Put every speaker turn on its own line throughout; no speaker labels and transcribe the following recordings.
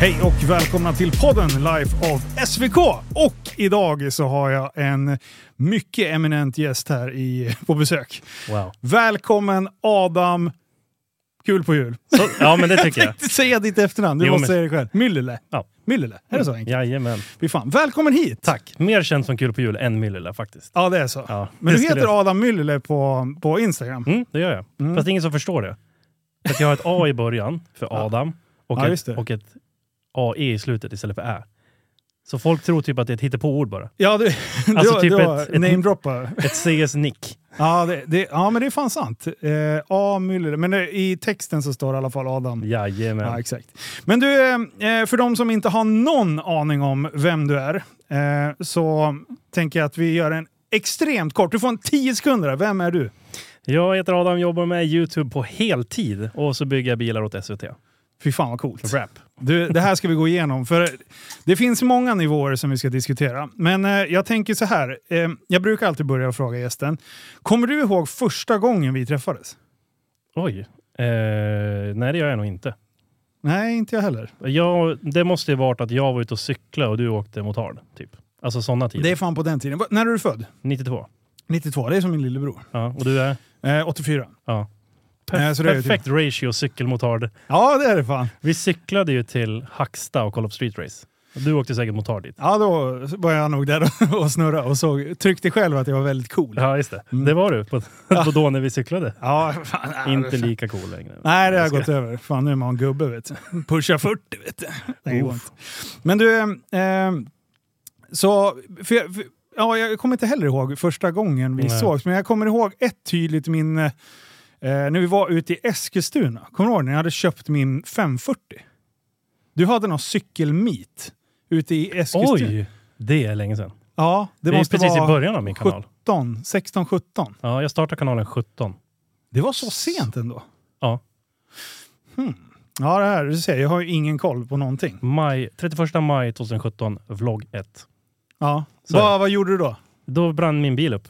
Hej och välkomna till podden Life of SVK. Och idag så har jag en mycket eminent gäst här i, på besök.
Wow.
Välkommen Adam Kul på jul.
Så, ja, men det tycker jag.
Säga ditt efternamn, du
Jo,
måste
men-
säga det själv. Myllylä.
Ja.
Myllylä, är det så enkelt?
Jajamän.
Fy fan. Välkommen hit!
Tack. Mer känt som kul på jul än Myllylä faktiskt.
Ja, det är så.
Ja,
Men
det
du
skulle
heter Adam Myllylä på, på Instagram.
jag- Mm, det gör jag. Fast det är ingen som förstår det. För Att jag har ett A i början för Adam och,
Ja, just
ett,
det.
och ett AE i slutet istället för Ä. Så folk tror typ att det är ett hittepåord bara.
Ja, du,
Alltså
du,
typ
du har
ett- ett-
namedroppar.
Ett CS-nick.
Ja, det, det, ja, men det är fan sant. Eh, A. Myllylä. Men eh, i texten så står det i alla fall Adam.
Jajamän.
Ja, exakt. Men du, eh, för de som inte har någon aning om vem du är, eh, så tänker jag att vi gör en extremt kort. Du får en 10 sekunder. här. Vem är du?
Jag heter Adam, jobbar med YouTube på heltid och så bygger jag bilar åt SVT.
Fy fan vad coolt.
Rap.
Du, det här ska vi gå igenom, för det finns många nivåer som vi ska diskutera. Men eh, jag tänker så här, eh, jag brukar alltid börja och fråga gästen. Kommer du ihåg första gången vi träffades?
Oj. Eh, nej, det gör jag nog inte.
Nej, inte jag heller.
Jag, det måste ju varit att jag var ute och cykla och du åkte motard. Typ. Alltså sådana tider.
Det är fan på den tiden. Va- När är du född?
92.
92, det är som min lillebror.
Ja, och du är?
Eh, 84.
Ja.
Eh, så det är ju
Perfekt ratio cykelmotard.
Ja, det är det fan.
Vi cyklade ju till Hacksta och kollade på street race. Du åkte säkert motard dit.
Ja, då var jag nog där och- och snurra och såg, tryckte själv att jag var väldigt cool.
Ja, just det. Det var du på, på då när vi cyklade.
Mm. Ja, fan, nej,
Inte
fan.
lika cool längre.
Nej, det har
alltså. Jag ska-
gått över. Fan, nu är man en gubbe vet du. Pusha 40 vet du. Det går
Uff.
inte. Men du, ehm, så... För jag, för, ja, jag kommer inte heller ihåg första gången vi
Nej.
sågs, men jag kommer ihåg ett tydligt min... Eh, när vi var ute i Eskilstuna. Kommer du ihåg när jag hade köpt min 540? Du hade någon cykelmeet ute i Eskilstuna.
Oj! Det är länge sedan.
Ja, det,
Det, är
måste
precis i
vara
början av min kanal.
17, 16, 17.
Ja, jag startade kanalen 17.
Det var så sent ändå?
Ja.
Hmm. Ja, det här, du ser, jag har ju ingen koll på någonting.
Maj, 31 maj 2017, vlogg 1.
Ja.
Så är
Vad, vad gjorde du då?
Då brann min bil upp.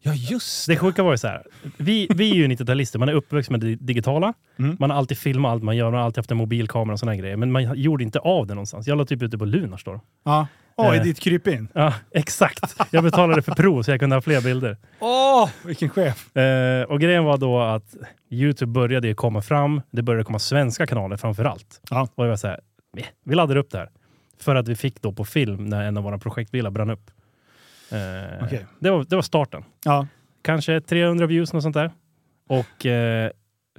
Ja, just
Det sjuka var ju så här. Vi, vi är ju 90-talister, man är uppväxt med det digitala.
Mm.
Man har alltid filmat allt man gör, man har alltid haft en mobilkamera och såna här grejer. Men man gjorde inte av det någonstans. Jag la typ ute på Lunars då.
Ja. Oj,
Eh.
ditt krypin.
Ja, exakt. Jag betalade för prov så jag kunde ha fler bilder.
Åh, vilken chef.
Eh, och grejen var då att Youtube började ju komma fram. Det började komma svenska kanaler framför allt.
Ja.
Och jag var så här, "Meh, vi laddar upp det här. För att vi fick då på film när en av våra projektbilar brann upp. Eh,
Okej.
det, var, det var starten.
Ja.
Kanske 300 views, något sånt där. Och eh,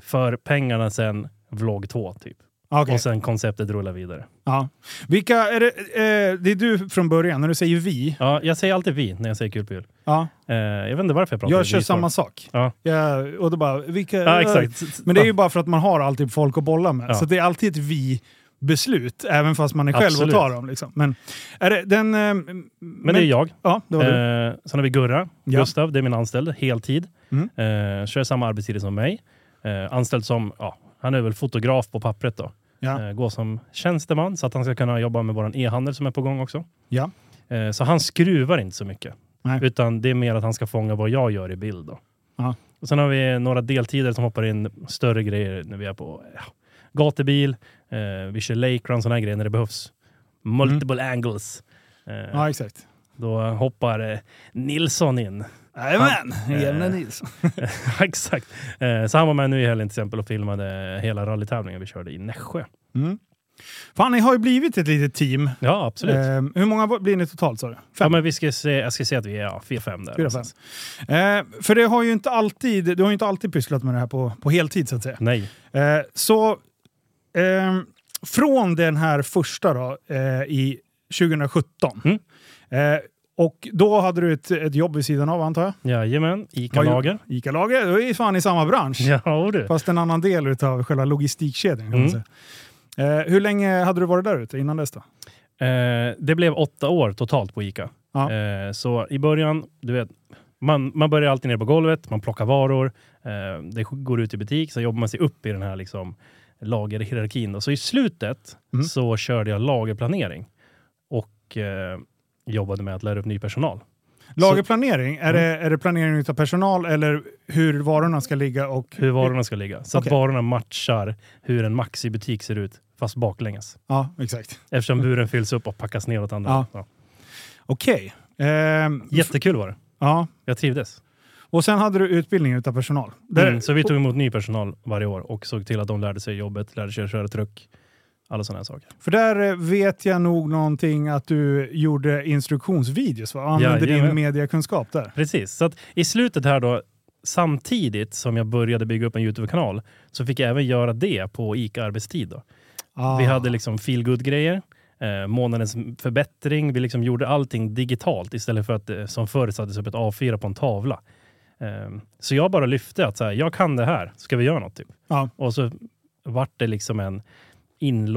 för pengarna sen vlogg 2 typ.
Okej.
Och sen konceptet rullar vidare.
Ja. Vilka är det, eh, det är du från början, när du säger vi.
Ja, jag säger alltid vi när jag säger kul på jul.
Ja.
Eh, jag vet inte varför jag pratar
Jag
vi
kör
står.
samma sak.
Ja.
Jag- och då bara, vilka...
Ja, exakt.
Men det är ju bara för att man har alltid folk att bolla med.
Ja.
Så det är alltid ett vi-beslut, även fast man är själv
Absolut.
och tar dem. Liksom. Men, är det, den, eh,
Men det är jag.
Ja, det var du.
Eh, sen har vi Gurra,
Ja.
Gustav, det är min anställd, heltid.
Mm.
Eh, kör samma arbetstider som mig. Eh, anställd som, ja, han är väl fotograf på pappret då.
Ja.
Eh, går som tjänsteman så att han ska kunna jobba med vår e-handel som är på gång också.
Ja.
Eh, så han skruvar inte så mycket.
Nej.
Utan det är mer att han ska fånga vad jag gör i bild då.
Ja.
Och sen har vi några deltider som hoppar in större grejer när vi är på ja, gatubil, eh, vi kör lake run, sådana här grejer när det behövs. Multiple angles. Eh,
ja, exakt.
då hoppar eh, Nilsson in.
Jajamän!
eh,
Jävla Nilsson.
Exakt. Eh, så han var med nu i helgen till exempel och filmade hela rallytävlingen vi körde i Nässjö.
Mm. Fan, ni har ju blivit ett litet team.
Ja, absolut.
Ehm, hur många var- blir ni totalt sa du?
Eh, ja,
Fem?
men vi ska se, jag ska se att vi är ja, 4-5 där. alltså.
Fyra, fem. Ehm, för det har ju inte alltid, du har ju inte alltid pysslat med det här på, på heltid så att säga.
Nej.
Ehm, så ehm, från den här första då, eh, i 2017.
Mm.
Ehm, och då hade du ett, ett jobb vid sidan av antar jag?
Jajamän,
Vad gjorde-
ICA-lager.
Ica-lager, du är ju fan i samma bransch.
Ja, du.
Fast en annan del utav själva logistikkedjan kan man
Mm.
säga. Eh, hur länge hade du varit där ute innan dess då?
Eh, det blev åtta år totalt på ICA.
Ja.
Eh, så i början, du vet, man, man börjar alltid ner på golvet, man plockar varor, eh, det går ut i butik, så jobbar man sig upp i den här liksom, lagerhierarkin. Då. Så i slutet
Mm.
så körde jag lagerplanering och eh, jobbade med att lära upp ny personal.
Lagerplanering,
Mm.
är, det, är det planering utav personal eller hur varorna ska ligga och...
hur varorna ska ligga. Så
Okej.
att varorna matchar hur en Maxi-butik ser ut, fast baklänges.
Ja, exakt.
Eftersom buren fylls upp och packas ner åt andra
Mm. Ja.
hållet. Ja.
Okej. Ehm,
Jättekul var det.
ja.
Jag trivdes.
Och sen hade du utbildning utav personal. Där-
Mm, så vi tog emot ny personal varje år och såg till att de lärde sig jobbet, lärde sig att köra truck, alla sådana här saker.
För där eh, vet jag nog någonting att du gjorde instruktionsvideos va? Och använde din
Jajamän.
mediekunskap där.
Precis, så att i slutet här då, samtidigt som jag började bygga upp en YouTube-kanal, så fick jag även göra det på ICA-arbetstid. Då.
Ah.
Vi hade liksom feel good grejer eh, månadens förbättring. Vi liksom gjorde allting digitalt istället för att eh, som förr sattes upp ett A4 på en tavla. Eh, så jag bara lyfte att så här, jag kan det här, ska vi göra något? Typ.
Ja.
Och så vart det liksom en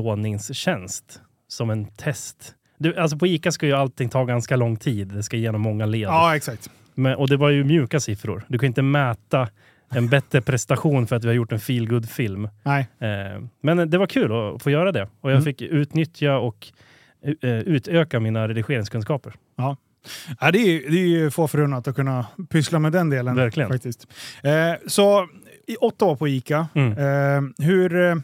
inlåningstjänst som en test. Du, alltså på ICA ska ju allting ta ganska lång tid. Det ska genom många led.
Ja, exakt.
Men, och det var ju mjuka siffror. Du kan inte mäta en bättre prestation för att vi har gjort en feel good film
Nej.
Eh, Men det var kul att få göra det och jag
Mm.
fick utnyttja och eh, utöka mina redigeringskunskaper.
Ja, det, är, ju- det är ju få förunnat att kunna pyssla med den delen.
Verkligen.
Faktiskt. Eh, så i åtta år på ICA.
Mm.
Eh, hur, eh,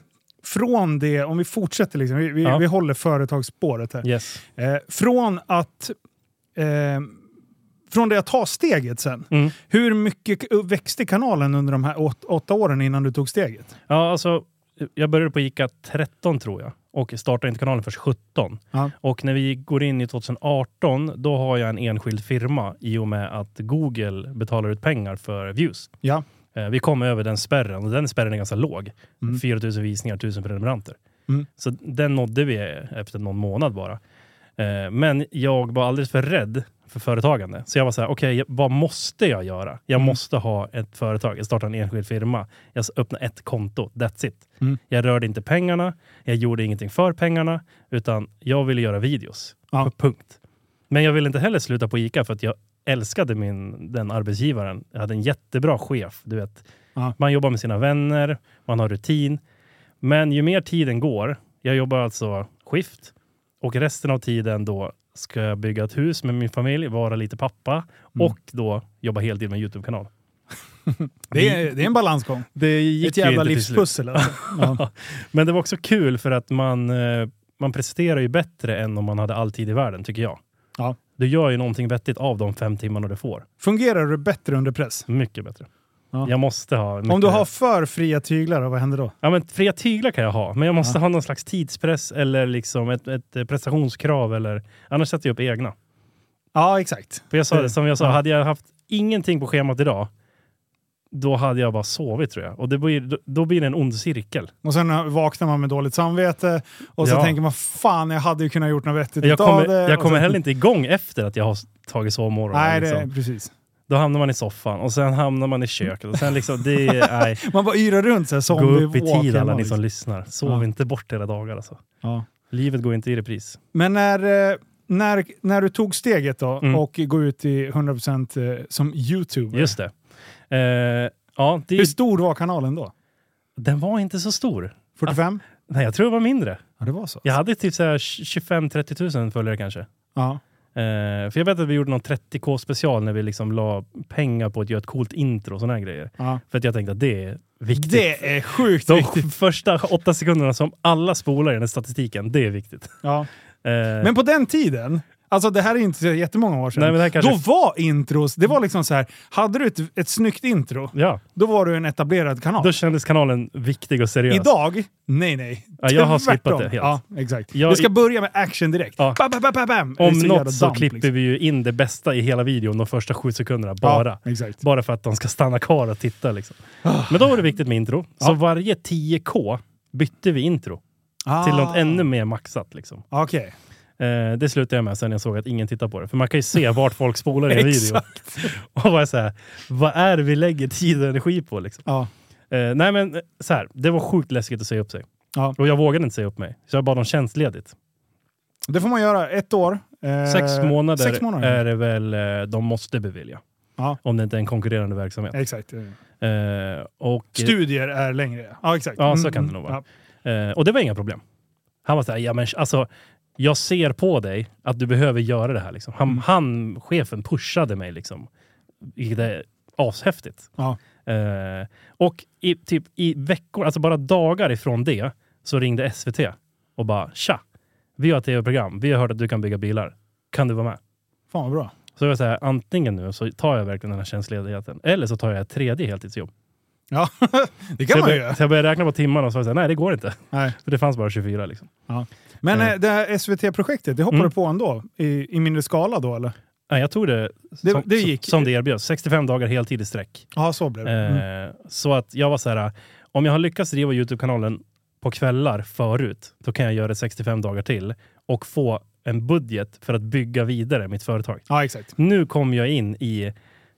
från det, om vi fortsätter, liksom, vi, vi,
Ja.
vi håller företagsspåret här.
Yes.
Eh, från att eh, från det att ta steget sen,
Mm.
hur mycket k- växte kanalen under de här åt, åtta åren innan du tog steget?
Ja, alltså, jag började på ICA 13 tror jag och startade inte kanalen först 17.
Ja.
Och när vi går in i 2018, då har jag en enskild firma i och med att Google betalar ut pengar för views.
Ja.
Eh, Vi kom över den spärren och den spärren är ganska låg.
Mm.
4 000 visningar, 1000 prenumeranter.
Mm.
Så den nådde vi efter någon månad bara. Eh, Men jag var alldeles för rädd för företagande. Så jag var så här, okej, vad måste jag göra? Jag
Mm.
måste ha ett företag, jag startar en enskild firma, jag öppnar ett konto, that's it.
Mm.
Jag rörde inte pengarna, jag gjorde ingenting för pengarna, utan jag ville göra videos.
Ja.
Punkt. Men jag ville inte heller sluta på ICA för att jag älskade min, den arbetsgivaren. Jag hade en jättebra chef. Du vet.
Ja.
Man jobbar med sina vänner, man har rutin. Men ju mer tiden går, jag jobbar alltså skift och resten av tiden då ska jag bygga ett hus med min familj, vara lite pappa
Mm.
och då jobba heltid med en YouTube-kanal.
Det är, det är en balansgång.
Det
Ett jävla
till slut.
livspussel. Alltså. Ja.
Men det var också kul för att man, eh, man presterar ju bättre än om man hade all tid i världen, tycker jag.
Ja.
Du gör ju någonting vettigt av de fem timmarna du får.
Fungerar du bättre under press?
Mycket bättre.
Ja.
Jag måste ha... mycket-
Om du har för fria tyglar, vad händer då?
Ja, men fria tyglar kan jag ha, men jag måste ha någon slags tidspress eller liksom ett, ett eh, prestationskrav. Eller, annars sätter jag upp egna.
Ja, exakt.
För jag sa, det, som jag sa,
Eh, Ja.
hade jag haft ingenting på schemat idag, då hade jag bara sovit tror jag. Och det blir, då- då blir det en ond cirkel.
Och sen vaknar man med dåligt samvete och så
Ja.
tänker man fan, jag hade ju kunnat gjort något vettigt
Jag
utav
kommer,
det.
jag
Och
kommer
så-
heller inte igång efter att jag har s- tagit sovmorgon.
Nej,
liksom.
det, precis.
Då hamnar man i soffan och sen hamnar man i köket. Och sen liksom, det är, nej,
Man bara yrar runt så här,
gå
zombie
upp i
walk
tid alla
hemma,
ni
liksom.
som lyssnar. Sov
Ja.
inte bort era dagar alltså.
Ja.
Livet går inte i repris.
Men när, eh, när, när du tog steget då
Mm.
och går ut i 100% eh, som youtuber.
Just det. Eh, ja, det
Hur stor var kanalen då?
den var inte så stor.
45?
Nej, jag tror det var mindre.
Ja, det var så.
Jag hade typ 25-30 000 följare kanske.
Ja.
Eh, för jag vet att vi gjorde någon 30k special när vi liksom la pengar på att göra ett coolt intro och sådana här grejer.
Ja.
För att jag tänkte att det är viktigt.
Det är sjukt
De
viktigt.
första åtta sekunderna som alla spolar i den här statistiken, det är viktigt.
Ja.
Eh,
Men på den tiden, alltså det här är inte så jättemånga år sedan,
Nej, men det här kanske-
då var intros, det var liksom så här, hade du ett, ett snyggt intro,
ja,
då var du en etablerad kanal.
då kändes kanalen viktig och seriös.
Idag? Nej, nej.
Ja, jag har skippat
Tvärtom.
det helt.
Ja, exakt.
Jag-
det ska börja med action direkt.
Ja.
Bam, bam, bam, bam. Det är
Om
så jävla
något så
damp,
klipper
liksom.
vi ju in det bästa i hela videon de första sju sekunderna bara.
Ja, exakt.
Bara för att de ska stanna kvar och titta. Liksom. Men då var det viktigt med intro. Så
Ja.
varje 10K bytte vi intro till något ännu mer maxat. Liksom.
Ah, Okej.
Eh, det slutade jag med sen jag såg att ingen tittar på det. För man kan ju se vart folk spolar i en video. Och bara så här, vad är det vi lägger tid och energi på? Liksom?
Ja.
Eh, nej men eh, så här, det var sjukt läskigt att säga upp sig.
Ja.
Och jag vågade inte säga upp mig. Så jag bad om tjänstledigt.
Det får man göra. Ett år. Eh,
Sex månader,
Sex månader.
är det väl eh, de måste bevilja.
Ja.
Om det inte är en konkurrerande verksamhet.
Exakt.
Eh, och,
Studier är längre. Ja, exakt.
Ja, så
Mm,
kan det
mm,
nog vara. eh, och det var inga problem. Han var så här, ja men alltså, jag ser på dig att du behöver göra det här. Liksom.
Mm.
Han, han, chefen pushade mig, liksom. vilket är ashäftigt.
Ja.
Eh, och i, typ, i veckor, alltså bara dagar ifrån det, så ringde SVT och bara “Tja, vi har ett tv-program, vi har hört att du kan bygga bilar. Kan du vara med?”
Fan vad bra.
Så jag var så här, antingen nu så tar jag verkligen den här tjänstledigheten, eller så tar jag ett tredje heltidsjobb.
Ja, det
Så
kan man
jag,
ju
började,
göra.
så jag började räkna på timmarna och så var jag så här, nej det går inte.
Nej.
För det fanns bara 24 liksom.
Men
Eh.
eh, det här SVT-projektet, det hoppade
Mm.
på ändå? I, I mindre skala då eller?
Nej, jag tog det,
Det-
som,
det gick.
som det erbjöds. 65 dagar heltid i sträck.
Ja, så blev det. Mm.
Eh, så att jag var så här, eh, om jag har lyckats driva Youtube-kanalen på kvällar förut, då kan jag göra det 65 dagar till och få en budget för att bygga vidare mitt företag.
Ja, exakt.
Nu kom jag in i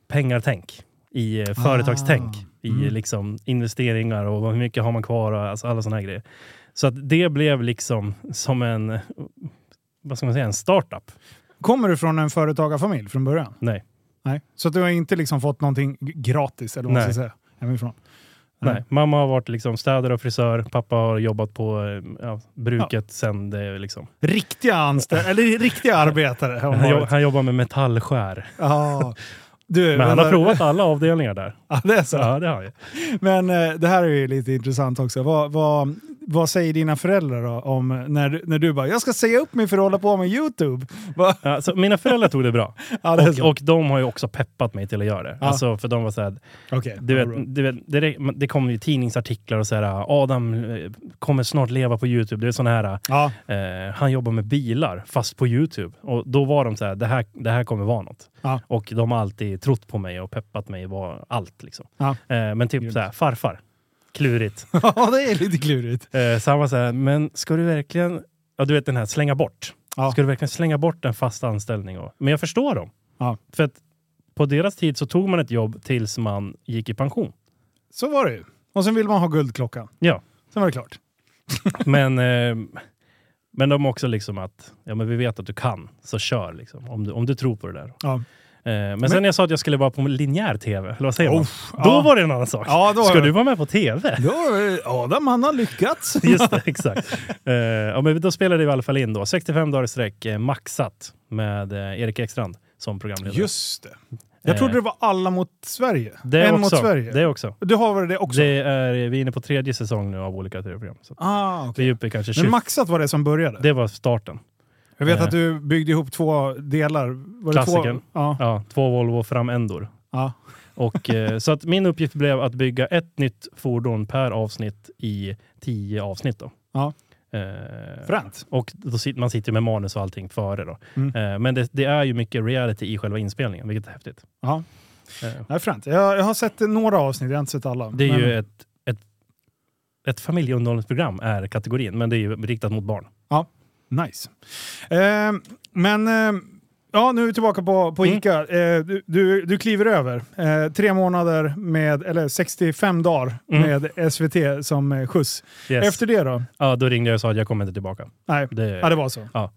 pengartänk, i eh, företagstänk,
Ah,
i
mm.
liksom investeringar och hur mycket har man kvar och alltså alla sådana här grejer. Så att det blev liksom som en, eh, vad ska man säga, en startup.
Kommer du från en företagarfamilj från början?
Nej.
Nej. Så att du har inte liksom fått någonting g- gratis eller vad man ska
Nej.
säga, hemifrån?
Nej.
Mm.
Mamma har varit liksom städare och frisör. Pappa har jobbat på eh, ja, bruket sen det liksom.
Riktiga anställda, eller riktiga arbetare. har
Han,
man
jo-
varit.
han jobbar med metallskär.
Ja. Du,
Men han har
vänta.
provat alla avdelningar där.
Ja, det är så.
Ja, det har han ju.
Men eh, det här är ju lite intressant också. Vad, vad, vad säger dina föräldrar då om när, du- när du bara “jag ska säga upp mig för att hålla på med YouTube”? Va?
Ja, så mina föräldrar tog det bra.
Ja, det är så.
Och, och de har ju också peppat mig till att göra det.
Ja.
Alltså, för de var såhär,
Okej,
du
vad bra.
vet, du vet, det, rä- det kom ju tidningsartiklar och såhär, Adam eh, kommer snart leva på YouTube. Det är sådana här,
Ja,
eh, han jobbar med bilar fast på YouTube. Och då var de såhär, det här, det här kommer vara något.
Ja.
Och de har alltid trott på mig och peppat mig var allt. Liksom.
Ja.
Eh, men typ
Grymt.
såhär, farfar. Klurigt.
ja, det är lite klurigt.
Eh, så han var såhär, men ska du verkligen, ja du vet den här slänga bort.
Ja.
Ska du verkligen slänga bort en fast anställning? Och, men jag förstår dem.
Ja.
För att på deras tid så tog man ett jobb tills man gick i pension.
Så var det ju. Och sen vill man ha guldklockan.
Ja.
Sen var det klart.
Men, eh, men de också liksom att, ja men vi vet att du kan, så kör liksom. Om du, om du tror på det där.
Ja.
Eh, men, sen när jag sa att jag skulle vara på linjär tv, eller vad säger man?
Uff,
Då
ja.
var det en annan sak.
Ja, då
Ska du vara med på tv?
Då, eh, Adam, han har lyckats.
Just det, exakt. Eh, ja, men då spelade vi i alla fall in då. 65 dagar i sträck, eh, maxat, med eh, Erik Ekstrand som programledare.
Just det. Jag
Eh.
trodde det var alla mot Sverige.
det
en
också,
mot Sverige.
Det också.
Du har väl det också?
Det är, vi är inne på tredje säsong nu av olika tv-program. Så att
Ah,
Vi
okej.
är uppe i kanske 20.
Men maxat var det som började.
Det var starten.
jag vet
eh.
att du byggde ihop två delar. Var det två?
Klassikern.
Ja.
Ja, två Volvo framändor.
ja.
Och, eh, så att min uppgift blev att bygga ett nytt fordon per avsnitt i tio avsnitt. Då.
Ja.
Eh,
Fränt.
Och då sit, man sitter ju med manus och allting före. Då.
Mm.
Eh, men det, det är ju mycket reality i själva inspelningen, vilket är häftigt.
Ja.
Eh,
Nej, fränt. Jag, jag har sett några avsnitt, jag har inte sett alla.
det är
Men-
ju ett, ett, ett familjeunderhållningsprogram är kategorin, men det är ju riktat mot barn.
Nice. Eh, men eh, ja, nu är vi tillbaka på, på
Mm.
ICA. Eh, du, du, du kliver över eh, tre månader med, eller 65 dagar
Mm.
med SVT som eh, skjuts.
Yes.
Efter det då?
Ja, då ringde jag och sa att jag kommer inte tillbaka.
Nej,
Det,
ja, det var så.
eh,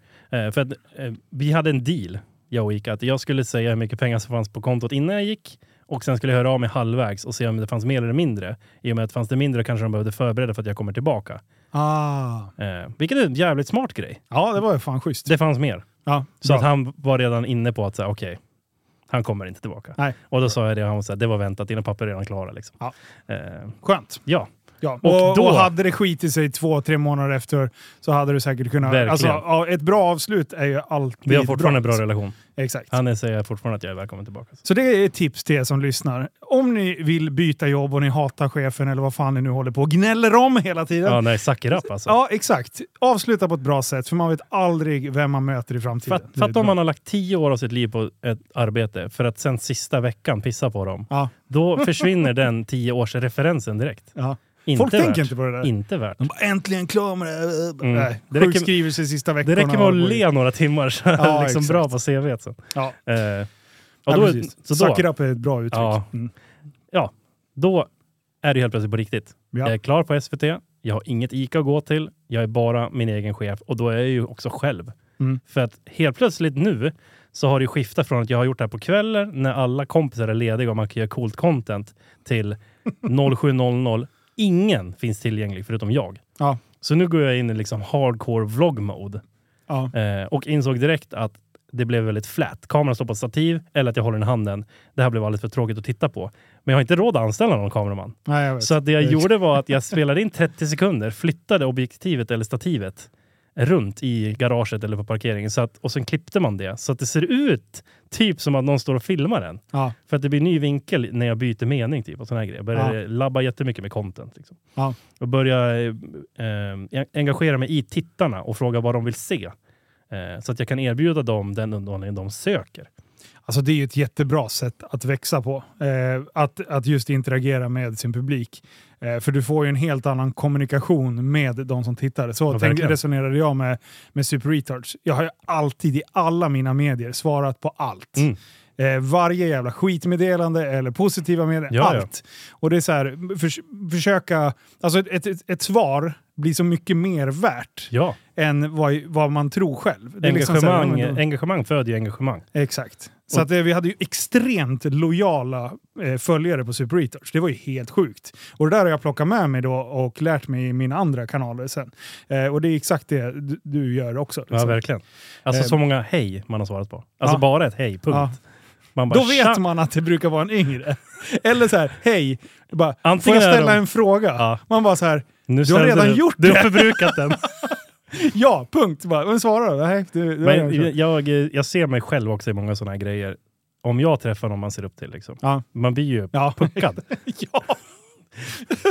för att, eh, vi hade en deal, jag och Ica, att jag skulle säga hur mycket pengar som fanns på kontot innan jag gick och sen skulle jag höra av mig halvvägs och se om det fanns mer eller mindre. I och med att fanns det mindre kanske de behövde förbereda för att jag kommer tillbaka.
Ah.
Eh, vilket är en jävligt smart grej.
Ja, det var ju fan schysst.
Det fanns mer.
Ja,
Så
bra.
att han var redan inne på att säga okej, han kommer inte tillbaka.
Nej.
Och då sa jag det och han sa det var väntat, dina papper är redan klara. Liksom.
Ja.
Eh,
Skönt.
ja.
Ja.
Och
Och, och,
då-
hade det skitit sig två, tre månader efter så hade du säkert kunnat...
Verkligen.
Alltså, ja, ett bra avslut är ju alltid
Vi har fortfarande en
bra.
bra relation.
Exakt.
Han säger fortfarande att jag är välkommen tillbaka.
Så det är ett tips till er som lyssnar. Om ni vill byta jobb och ni hatar chefen eller vad fan ni nu håller på och gnäller om hela tiden.
Ja,
Ja,
nej, suck it up alltså.
exakt. Avsluta på ett bra sätt för man vet aldrig vem man möter i framtiden.
Fatt,
Det är
fatta
bra.
om man har lagt tio år av sitt liv på ett arbete för att sen sista veckan pissa på dem.
Ja,
Då försvinner den tioårsreferensen direkt.
ja.
Inte
Folk
värt.
tänker inte på det där.
Inte värt.
De bara äntligen klar med det här.
Mm.
Nej,
Det räcker-
Sjukskrivelse sista veckorna.
Det räcker med
och-
att le några timmar så är
Ja,
det liksom
exakt.
bra på CV sen.
Ja,
Eh, och
ja
då,
precis.
så
Suck it
då,
up är ett bra uttryck.
Ja.
Mm.
då är det helt plötsligt på riktigt.
Ja.
Jag är klar på SVT, jag har inget ICA att gå till, jag är bara min egen chef och då är jag ju också själv.
Mm.
För att helt plötsligt nu så har det ju skiftat från att jag har gjort det här på kvällar när alla kompisar är lediga och man kan göra coolt content till 07.00. Ingen finns tillgänglig förutom jag.
Ja.
Så nu går jag in i liksom hardcore vlog mode.
Ja.
Eh, och insåg direkt att det blev väldigt flat. Kameran står på ett stativ eller att jag håller den i handen. Det här blev alldeles för tråkigt att titta på. Men jag har inte råd att anställa någon kameraman.
Nej, jag vet.
Så att det jag
Det är-
gjorde var att jag spelade in 30 sekunder, flyttade objektivet eller stativet runt i garaget eller på parkeringen. Så att, och sen klippte man det så att det ser ut typ som att någon står och filmar den.
Ja.
För att det blir ny vinkel när jag byter mening typ och såna här grejer. Jag började labba jättemycket med content. Liksom.
Ja.
Och började eh, eh, engagera mig i tittarna och fråga vad de vill se. Eh, så att jag kan erbjuda dem den underhållning de söker.
Alltså det är ju ett jättebra sätt att växa på. Eh, att, att just interagera med sin publik. Eh, för du får ju en helt annan kommunikation med de som tittar. Så
Ja,
tänk,
verkligen.
resonerade jag med, med Super Retards. Jag har ju alltid i alla mina medier svarat på allt.
Mm.
Eh, varje jävla skitmeddelande eller positiva meddelanden.
Ja, ja.
allt. Och det är så här, förs försöka... Alltså ett, ett, ett, ett svar blir så mycket mer värt
Ja,
än vad, vad man tror själv. Det är liksom så här,
engagemang,
ja, men då-
engagemang föder ju engagemang.
Exakt. Så att, eh, vi hade ju extremt lojala eh, följare på Super Retards. Det var ju helt sjukt. Och det där har jag plockat med mig då och lärt mig i mina andra kanaler sen. Eh, och det är exakt det du, du gör också.
Ja,
liksom.
verkligen. Alltså
Eh,
så många hej man har svarat på. Alltså
Ja.
bara ett hej, punkt.
Ja.
Man bara,
Då vet
"Tja!"
man att det brukar vara en yngre. Eller så här, hej, bara, får
Antingen
jag
är
ställa
de-
en fråga?
Ja.
Man bara så här,
Nu
Du har
ställde
redan gjort
Du
det.
har förbrukat den.
ja, punkt. Bara, men svara då. Nej, du, du har
Men
redan kört.
jag, jag ser mig själv också i många sådana här grejer. Om jag träffar någon man ser upp till, liksom.
Ja.
man blir ju
Ja.
puckad.
ja.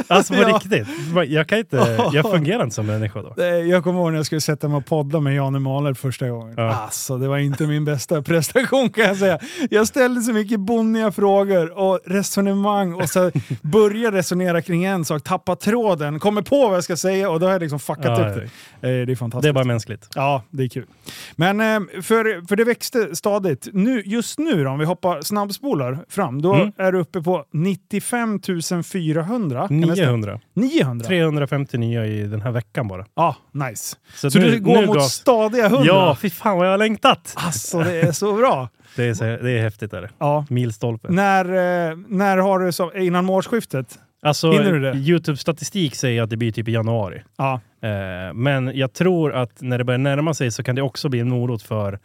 Alltså på
Ja.
riktigt. Jag, kan inte, jag fungerar inte som människa då.
Eh, Jag kommer ihåg när jag skulle sätta mig och podda med Janne Mahler första gången.
Ja.
Alltså, det var inte min bästa prestation kan jag säga. Jag ställde så mycket bonniga frågor och resonemang och så började resonera kring en sak, tappa tråden, kommer på vad jag ska säga och då har jag liksom fuckat
Ja,
upp
ja.
det. Eh, Det är fantastiskt.
Det är bara mänskligt.
Ja, det är kul. Men eh, för, för det växte stadigt. Nu, just nu då, om vi hoppar snabbspolar fram, då
Mm.
är du uppe på 95 400. Kan det stämma?
900.
900?
350 nya i den här veckan bara.
Ja, nice. Så,
nu-
du går
nu
mot
dras-
stadiga 100?
Ja, fy fan vad jag har längtat!
Alltså det är så bra!
Det är, så, det är häftigt. Är det.
Ja.
Milstolpe.
När, eh, när har du, så, innan årsskiftet?
Alltså,
Hinner du det?
Youtube-statistik säger att det blir typ i januari.
Ja.
Eh, Men jag tror att när det börjar närma sig så kan det också bli en morot för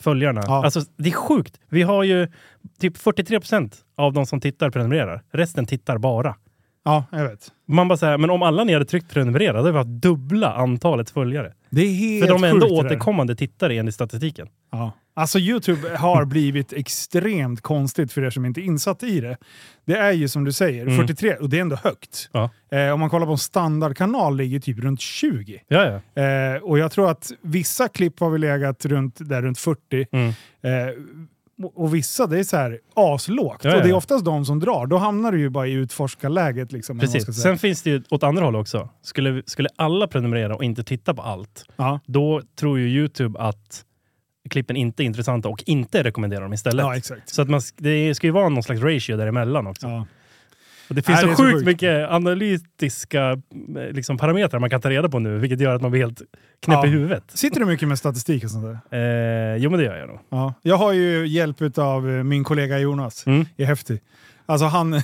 följarna.
Ja.
Alltså, det är sjukt. Vi har ju typ 43 procent av de som tittar prenumererar. Resten tittar bara.
ja, jag vet.
Man bara säger, men om alla ni hade tryckt prenumerera, då hade vi haft dubbla antalet följare.
Det är helt
För de är
sjukt
ändå
det där.
återkommande tittare enligt statistiken.
Ja. Alltså Youtube har blivit extremt konstigt för er som inte är insatt i det. Det är ju som du säger,
Mm.
43 och det är ändå högt.
Ja.
Eh, om man kollar på en standardkanal ligger typ runt 20.
Ja, ja.
Eh, och jag tror att vissa klipp har vi legat runt, där runt 40.
Mm.
Eh, och- och vissa, det är så här aslågt.
Ja, ja.
Och det är oftast de som drar. Då hamnar du ju bara i utforskarläget. Liksom, eller vad man ska
Precis.
säga.
Sen finns det ju åt andra håll också. Skulle, vi- skulle alla prenumerera och inte titta på allt,
ja.
då tror ju Youtube att klippen inte är intressanta och inte rekommenderar dem istället.
ja, exakt.
Så att man, sk- det ska ju vara någon slags ratio däremellan också.
Ja.
Och det finns
Nej, det är
så
så
sjukt
sjukt.
mycket analytiska eh, liksom, parametrar man kan ta reda på nu, vilket gör att man blir helt knäpp
Ja.
i huvudet.
Sitter du mycket med statistik och sånt där?
Eh, jo, men det gör jag nog.
Ja. Jag har ju hjälp av min kollega Jonas.
Mm.
Det är häftigt. Alltså han,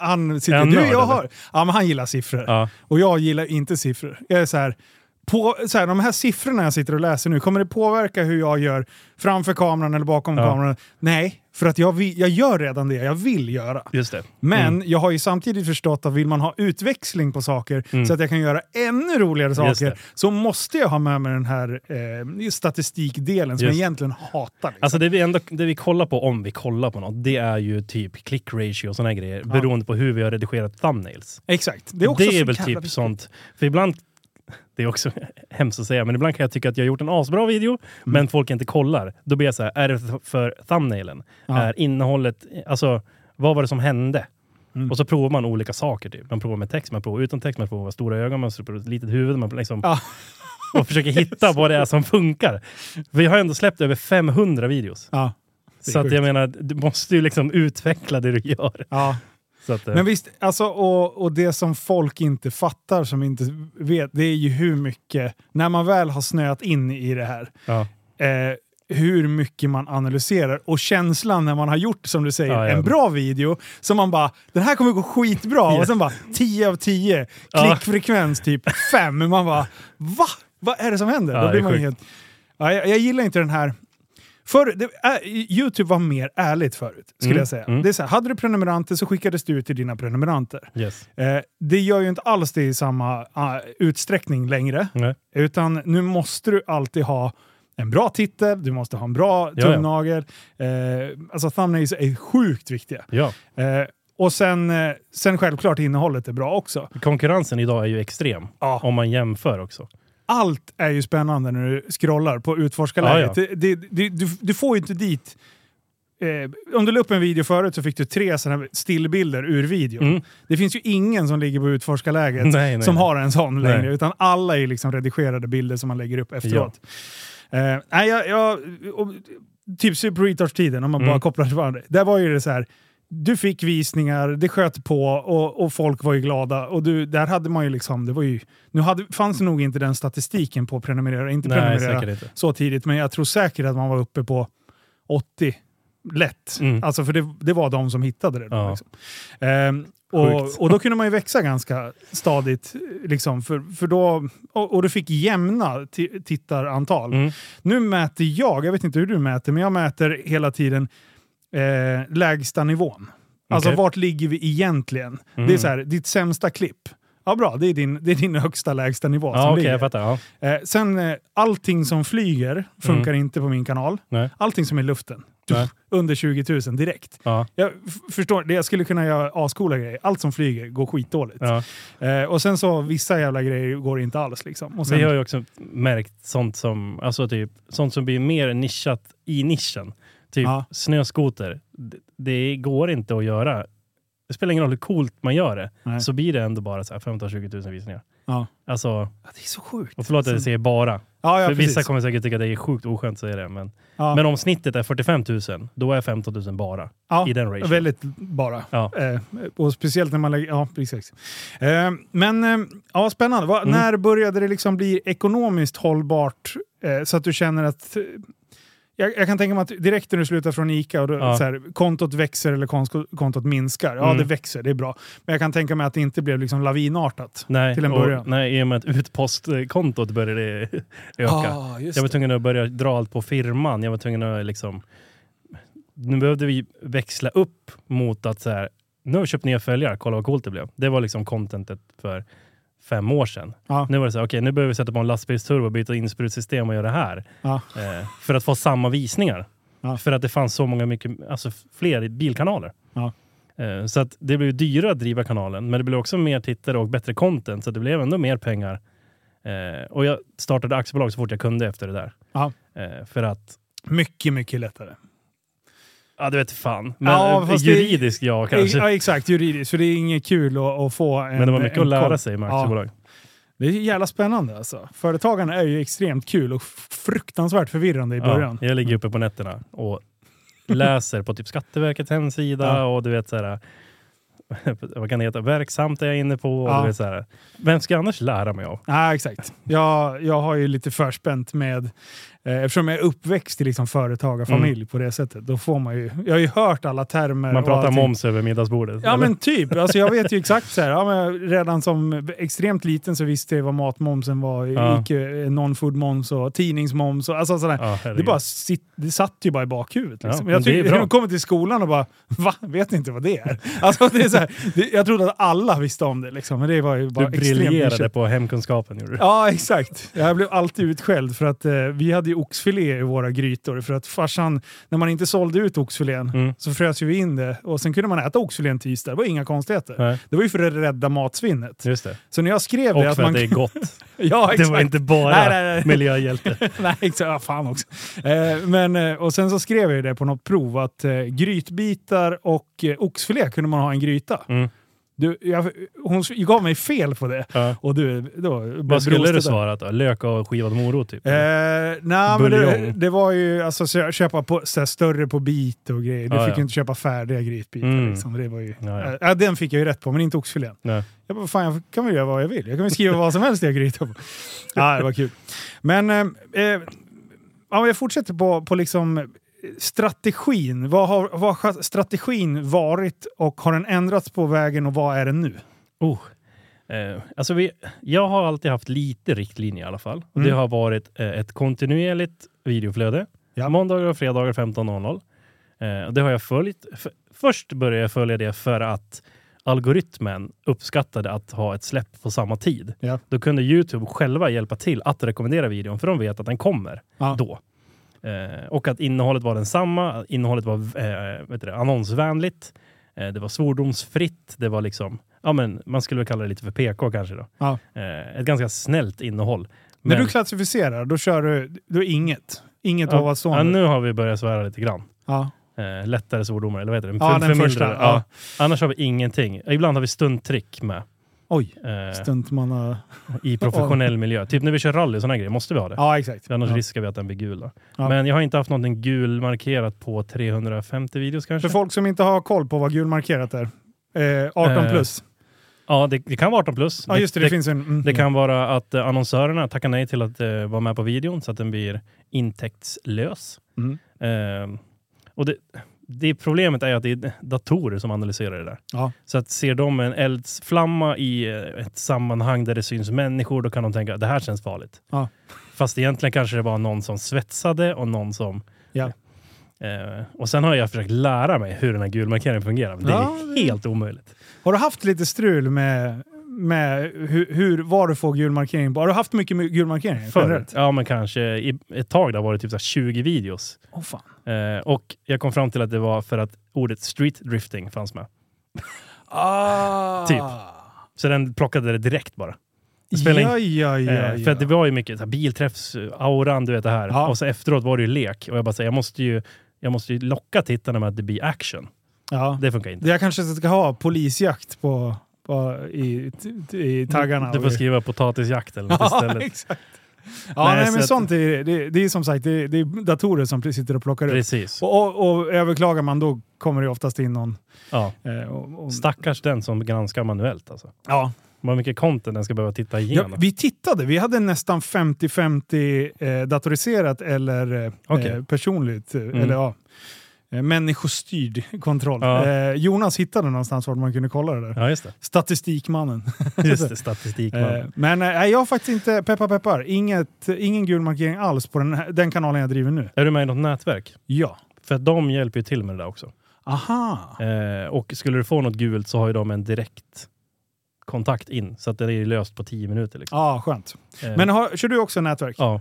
han sitter...
Är han
du,
nörd,
jag
eller?
har, ja, men han gillar siffror.
Ja.
Och jag gillar inte siffror. Jag är så här, på, så här, de här siffrorna jag sitter och läser nu, kommer det påverka hur jag gör framför kameran eller bakom
Ja.
kameran? Nej, för att jag, vi- jag gör redan det jag vill göra.
Just det.
Men jag har ju samtidigt förstått att vill man ha utväxling på saker
Mm.
så att jag kan göra ännu roligare
det.
saker så måste jag ha med mig den här eh, statistikdelen som
Just.
jag egentligen hatar. Liksom.
Alltså det vi, ändå, det vi kollar på, om vi kollar på något, det är ju typ click ratio och sådana grejer,
Ja.
beroende på hur vi har redigerat thumbnails.
Exakt. Det är, också så
väl
jävla
typ
viktigt.
sånt. För ibland, det är också hemskt att säga, men ibland kan jag tycka att jag har gjort en asbra video,
Mm.
men folk inte kollar. Då blir jag så här, är det th- för thumbnailen?
Ja.
Är innehållet, alltså vad var det som hände?
Mm.
Och så provar man olika saker. Typ. Man provar med text, man provar utan text, man provar stora ögon, man provar ett litet huvud. Man liksom,
Ja.
Och försöker hitta vad det är som funkar. Vi har ändå släppt över 500 videos.
Ja. Det är
Så att
sjukt.
jag menar, du måste ju liksom utveckla det du gör.
Ja.
Så att, eh,
Men visst, alltså, och, och det som folk inte fattar, som inte vet, det är ju hur mycket, när man väl har snöat in i det här,
ja.
eh, hur mycket man analyserar och känslan när man har gjort, som du säger,
Ja, ja.
en bra video som man bara “den här kommer gå skitbra”
Ja.
och sen bara 10 av 10,
Ja.
klickfrekvens typ 5. Man bara “va? Vad är det som händer?”
Ja,
Då
det
blir
är
man ju
sjukt.
helt... Ja, jag, jag gillar inte den här... För, det, ä, Youtube var mer ärligt förut, skulle
Mm,
jag säga.
mm.
Det är så här, hade du prenumeranter så skickades det ut till dina prenumeranter.
Yes.
Eh, det gör ju inte alls det i samma ah, utsträckning längre.
Nej.
Utan nu måste du alltid ha en bra titel, du måste ha en bra
Ja, ja.
tumnagel. Eh, alltså thumbnails är sjukt viktiga.
Ja.
Eh, och sen, eh, sen självklart innehållet är bra också.
Konkurrensen idag är ju extrem.
Ja.
Om man jämför också.
Allt är ju spännande när du scrollar på utforskarläget.
Ja,
Det, det, det, du, du får ju inte dit... Eh, om du la upp en video förut så fick du tre såna här stillbilder ur videon.
Mm.
Det finns ju ingen som ligger på utforskarläget
Nej, nej,
som
nej.
har en sån
Nej.
längre, utan alla är ju liksom redigerade bilder som man lägger upp efteråt. Eh, nej, jag, jag, och, typ Super Retouch-tiden, om man
Mm.
bara kopplar till varandra. Där var ju det så här, du fick visningar, det sköt på och, och folk var ju glada. Och du, där hade man ju liksom, det var ju, nu hade, fanns det nog inte den statistiken på prenumerera, inte
Nej,
prenumerera
säkert inte.
så tidigt, men jag tror säkert att man var uppe på 80 lätt.
Mm.
Alltså för det, det var de som hittade det. Då,
Ja.
liksom. Ehm,
Sjukt.
och, och då kunde man ju växa ganska stadigt. Liksom, för, för då, och, och du fick jämna ti- tittarantal.
Mm.
Nu mäter jag, jag vet inte hur du mäter, men jag mäter hela tiden eh, lägsta nivån. Alltså
Okej.
vart ligger vi egentligen? Det är
Mm.
så här, ditt sämsta klipp. Ja bra, det är din, det är din högsta lägsta nivå
Ja,
som
okej,
ligger.
jag fattar. Ja.
Eh, sen, eh, allting som flyger funkar inte på min kanal.
Nej.
Allting som är i luften.
Mm. Nej.
Under 20 000 direkt.
Ja.
Jag f- förstår, det- jag skulle kunna göra ascoola grejer. Allt som flyger går skitdåligt.
Ja.
Eh, och sen så vissa jävla grejer går inte alls liksom. Och sen,
Vi har ju också märkt sånt som, alltså typ, sånt som blir mer nischat i nischen. Typ
Ja.
snöskoter. Det, det går inte att göra. Det spelar ingen roll hur coolt man gör det,
Nej.
så blir det ändå bara så här 15-20 000 visningar.
Ja.
Alltså,
Ja, det är så sjukt.
och förlåt att jag säger bara.
Ja, ja,
För vissa
precis.
kommer säkert tycka att det är sjukt oskönt att säga det. Men,
Ja.
men om snittet är 45 000, då är 15 000 bara.
Ja,
I den ratio.
Väldigt bara.
Ja.
Eh, och speciellt när man lägger... Ja, precis. Eh, men eh, ja, spännande. Va,
Mm.
När började det liksom bli ekonomiskt hållbart eh, så att du känner att... eh, Jag, jag kan tänka mig att direkt när du slutar från ICA och då,
Ja.
så här, kontot växer eller konsko, kontot minskar. Ja,
Mm.
det växer, det är bra. Men jag kan tänka mig att det inte blev liksom lavinartat.
Nej,
Till en början.
Och, nej, i och med att utpostkontot började öka.
Ah, just
Jag
det.
var tvungen att börja dra allt på firman. Jag var tvungen att liksom... Nu behövde vi växla upp mot att så här, nu har vi köpt nya följare, kolla vad coolt det blev. Det var liksom contentet för fem år sedan.
Ja.
Nu var det så här, okej nu behöver vi sätta på en lastbilsturbo, byta insprutsystem och göra det här.
Ja.
Eh, för att få samma visningar.
Ja.
För att det fanns så många mycket, alltså fler bilkanaler.
Ja.
Eh, så att det blev dyrare att driva kanalen, men det blev också mer tittare och bättre content. Så det blev ändå mer pengar. Eh, och jag startade aktiebolag så fort jag kunde efter det där.
Ja.
Eh, för att,
Mycket, mycket lättare.
ja du vet fan. Men
Ja,
eh,
fast det-
juridiskt ja kanske.
Eh, Ja, exakt. Juridiskt. För det är inget kul att, att få en
men det var mycket
en
att lära
koll.
sig med
Ja.
aktiebolag.
Det är ju jävla spännande alltså. Företagarna är ju extremt kul och fruktansvärt förvirrande i
Ja,
början.
jag ligger uppe på nätterna och läser på typ Skatteverkets hemsida
Ja.
och du vet så här. Vad kan det heta? Verksamt är jag inne på. Och
Ja.
du vet, så här, vem ska jag annars lära mig av?
Ja, exakt. Jag, jag har ju lite förspänt med, eh, eftersom jag är uppväxt i liksom företagarfamilj på det sättet, då får man ju, jag har ju hört alla termer.
Mm. Man
och
pratar
allting.
moms över middagsbordet.
Ja
eller?
men typ, alltså jag vet ju exakt så här. Ja, men redan som extremt liten så visste jag vad matmomsen var,
Ja.
Ica, eh, non-food moms och tidningsmoms och alltså sådär.
Ja,
Det,
herregud.
bara sitt, det satt ju bara i bakhuvudet.
Ja,
Liksom.
men
jag
det är
tycker,
bra.
de kommer till skolan och bara “Va? Vet ni inte vad det är?” alltså, det är så här, det, Jag trodde att alla visste om det, liksom, men det var ju bara
du
extremt
briljerade
nischat.
på hemkunskapen. Gjorde du.
Ja, exakt. Jag blev alltid utskälld för att eh, vi hade ju oxfilé i våra grytor. För att farsan, när man inte sålde ut oxfilén
Mm.
så frös ju vi in det och sen kunde man äta oxfilén tisdag. Det var inga konstigheter.
Nej,
Det var ju för att rädda matsvinnet.
just det.
Så när jag skrev
Och
det...
för
att man...
att det är gott.
ja,
Det
exakt.
var inte bara
Nej, nej, nej.
miljöhjälte.
Nej, exakt. Ja, fan också. Eh, men, eh, och sen så skrev jag ju det på något prov att eh, grytbitar och eh, oxfilé kunde man ha i en gryta.
Mm.
Du, jag, hon s- gav mig fel på det.
Ja.
Och du, då, blev
Vad skulle du
brostet där.
svara då? Lök och skivad morot typ?
Eh, nej, men det,
Buljong.
det var ju alltså, så- köpa på, så här, större på bit och grejer. Du
Ja,
fick
ja.
ju inte köpa färdiga grytbitar.
Mm.
Liksom. Det var ju,
Ja, ja.
Eh, ja, den fick jag ju rätt på, men inte oxfilén.
Nej.
Jag bara, fan jag kan väl göra vad jag vill. Jag kan väl skriva vad som helst i en gryta. på. Ja, det var kul. Men eh, eh, ja, jag fortsätter på, på liksom eh, strategin. Vad har, vad har strategin varit och har den ändrats på vägen och vad är den nu?
Oh. Eh, alltså vi, jag har alltid haft lite riktlinjer i alla fall. Och Det
Mm.
har varit eh, ett kontinuerligt videoflöde.
Ja.
Måndagar och fredagar 15.00. Eh, och det har jag följt. F- först började jag följa det för att algoritmen uppskattade att ha ett släpp på samma tid.
Ja.
Då kunde Youtube själva hjälpa till att rekommendera videon, för de vet att den kommer
Ja.
då. Eh, och att innehållet var densamma, att innehållet var eh, vet du, det, annonsvänligt, eh, det var svordomsfritt, det var liksom, ja men man skulle väl kalla det lite för PK kanske då.
Ja.
Eh, ett ganska snällt innehåll.
När
Men-
du klassificerar, då kör du, då är inget. Inget
ja, ja,
ovanstående.
nu har vi börjat svära lite grann.
Ja.
Eh, lättare svordomar, eller vad heter det?
Ja,
För-
den
förmildrande.
första,
Ja.
ja.
Annars har vi ingenting. Ibland har vi stunttrick med
Oj,
eh,
stuntmanna...
i professionell miljö. Typ när vi kör rally, sådana grejer, måste vi ha det.
Ja, exakt.
För annars
Ja.
riskerar vi att den blir gul. Då.
Ja.
Men jag har inte haft någonting gul markerat på 350 videos kanske.
För folk som inte har koll på vad gulmarkerat är. Eh, 18
Eh,
plus.
Ja, det, det kan vara 18 plus.
Ja, just det. Det, finns en... Mm,
det kan vara att eh, annonsörerna tackar nej till att eh, vara med på videon så att den blir intäktslös.
Mm.
Ehm, och det, det problemet är ju att det är datorer som analyserar det där.
Ja.
Så att ser de en eldsflamma i eh, ett sammanhang där det syns människor, då kan de tänka att det här känns farligt.
Ja.
Fast egentligen kanske det var någon som svetsade och någon som...
Ja.
Eh, och sen har jag försökt lära mig hur den här gulmarkeringen fungerar, men det
Ja,
är
det-
helt omöjligt.
Har du haft lite strul med, med hur, hur, var du får gulmarkering på? Har du haft mycket mu- gulmarkering?
Förut, ja men kanske i ett tag där var det typ så här 20 videos.
Åh fan.
Eh, och jag kom fram till att det var för att ordet street drifting fanns med.
Ah.
Typ. Så den plockade det direkt bara. Det spelar
Ja, ja, ja.
Eh,
ja.
För att det var ju mycket så här, bilträffs-auran, du vet det här.
Ja.
Och så efteråt var det ju lek. Och jag bara säger, jag måste ju, jag måste ju locka tittarna med att det blir action.
ja.
Det funkar inte.
Jag kanske ska ha polisjakt på, på, i, t- i taggarna.
Du, du får skriva potatisjakt eller något
Ja,
istället.
exakt. Ja,
Nej,
nej,
så
men
att-
sånt är, det, det är som sagt det, det är datorer som sitter och plockar upp.
Precis.
Och, och, och överklagar man då kommer det oftast in någon.
Ja.
Eh, och, och,
Stackars den som granskar manuellt alltså.
ja.
Vad mycket content den ska behöva titta
Ja,
igenom.
vi tittade, vi hade nästan 50-50 eh, datoriserat eller eh,
Okej. Mm.
eh, personligt. eh, Eller, ja, eh, människostyrd kontroll.
Ja.
Eh, Jonas hittade någonstans vart man kunde kolla det där.
Ja, just det.
Statistikmannen.
Just det, statistik.
Eh, men eh, nej, jag har faktiskt inte, peppar peppar, inget, ingen gul markering alls på den, här, den kanalen jag driver nu.
Är du med i något nätverk?
Ja.
För att de hjälper ju till med det där också.
Aha.
Eh, och skulle du få något gult så har ju de en direkt kontakt in. Så att det är löst på 10 minuter. Liksom.
Ja, skönt.
Eh,
Men har, kör du också nätverk?
ja.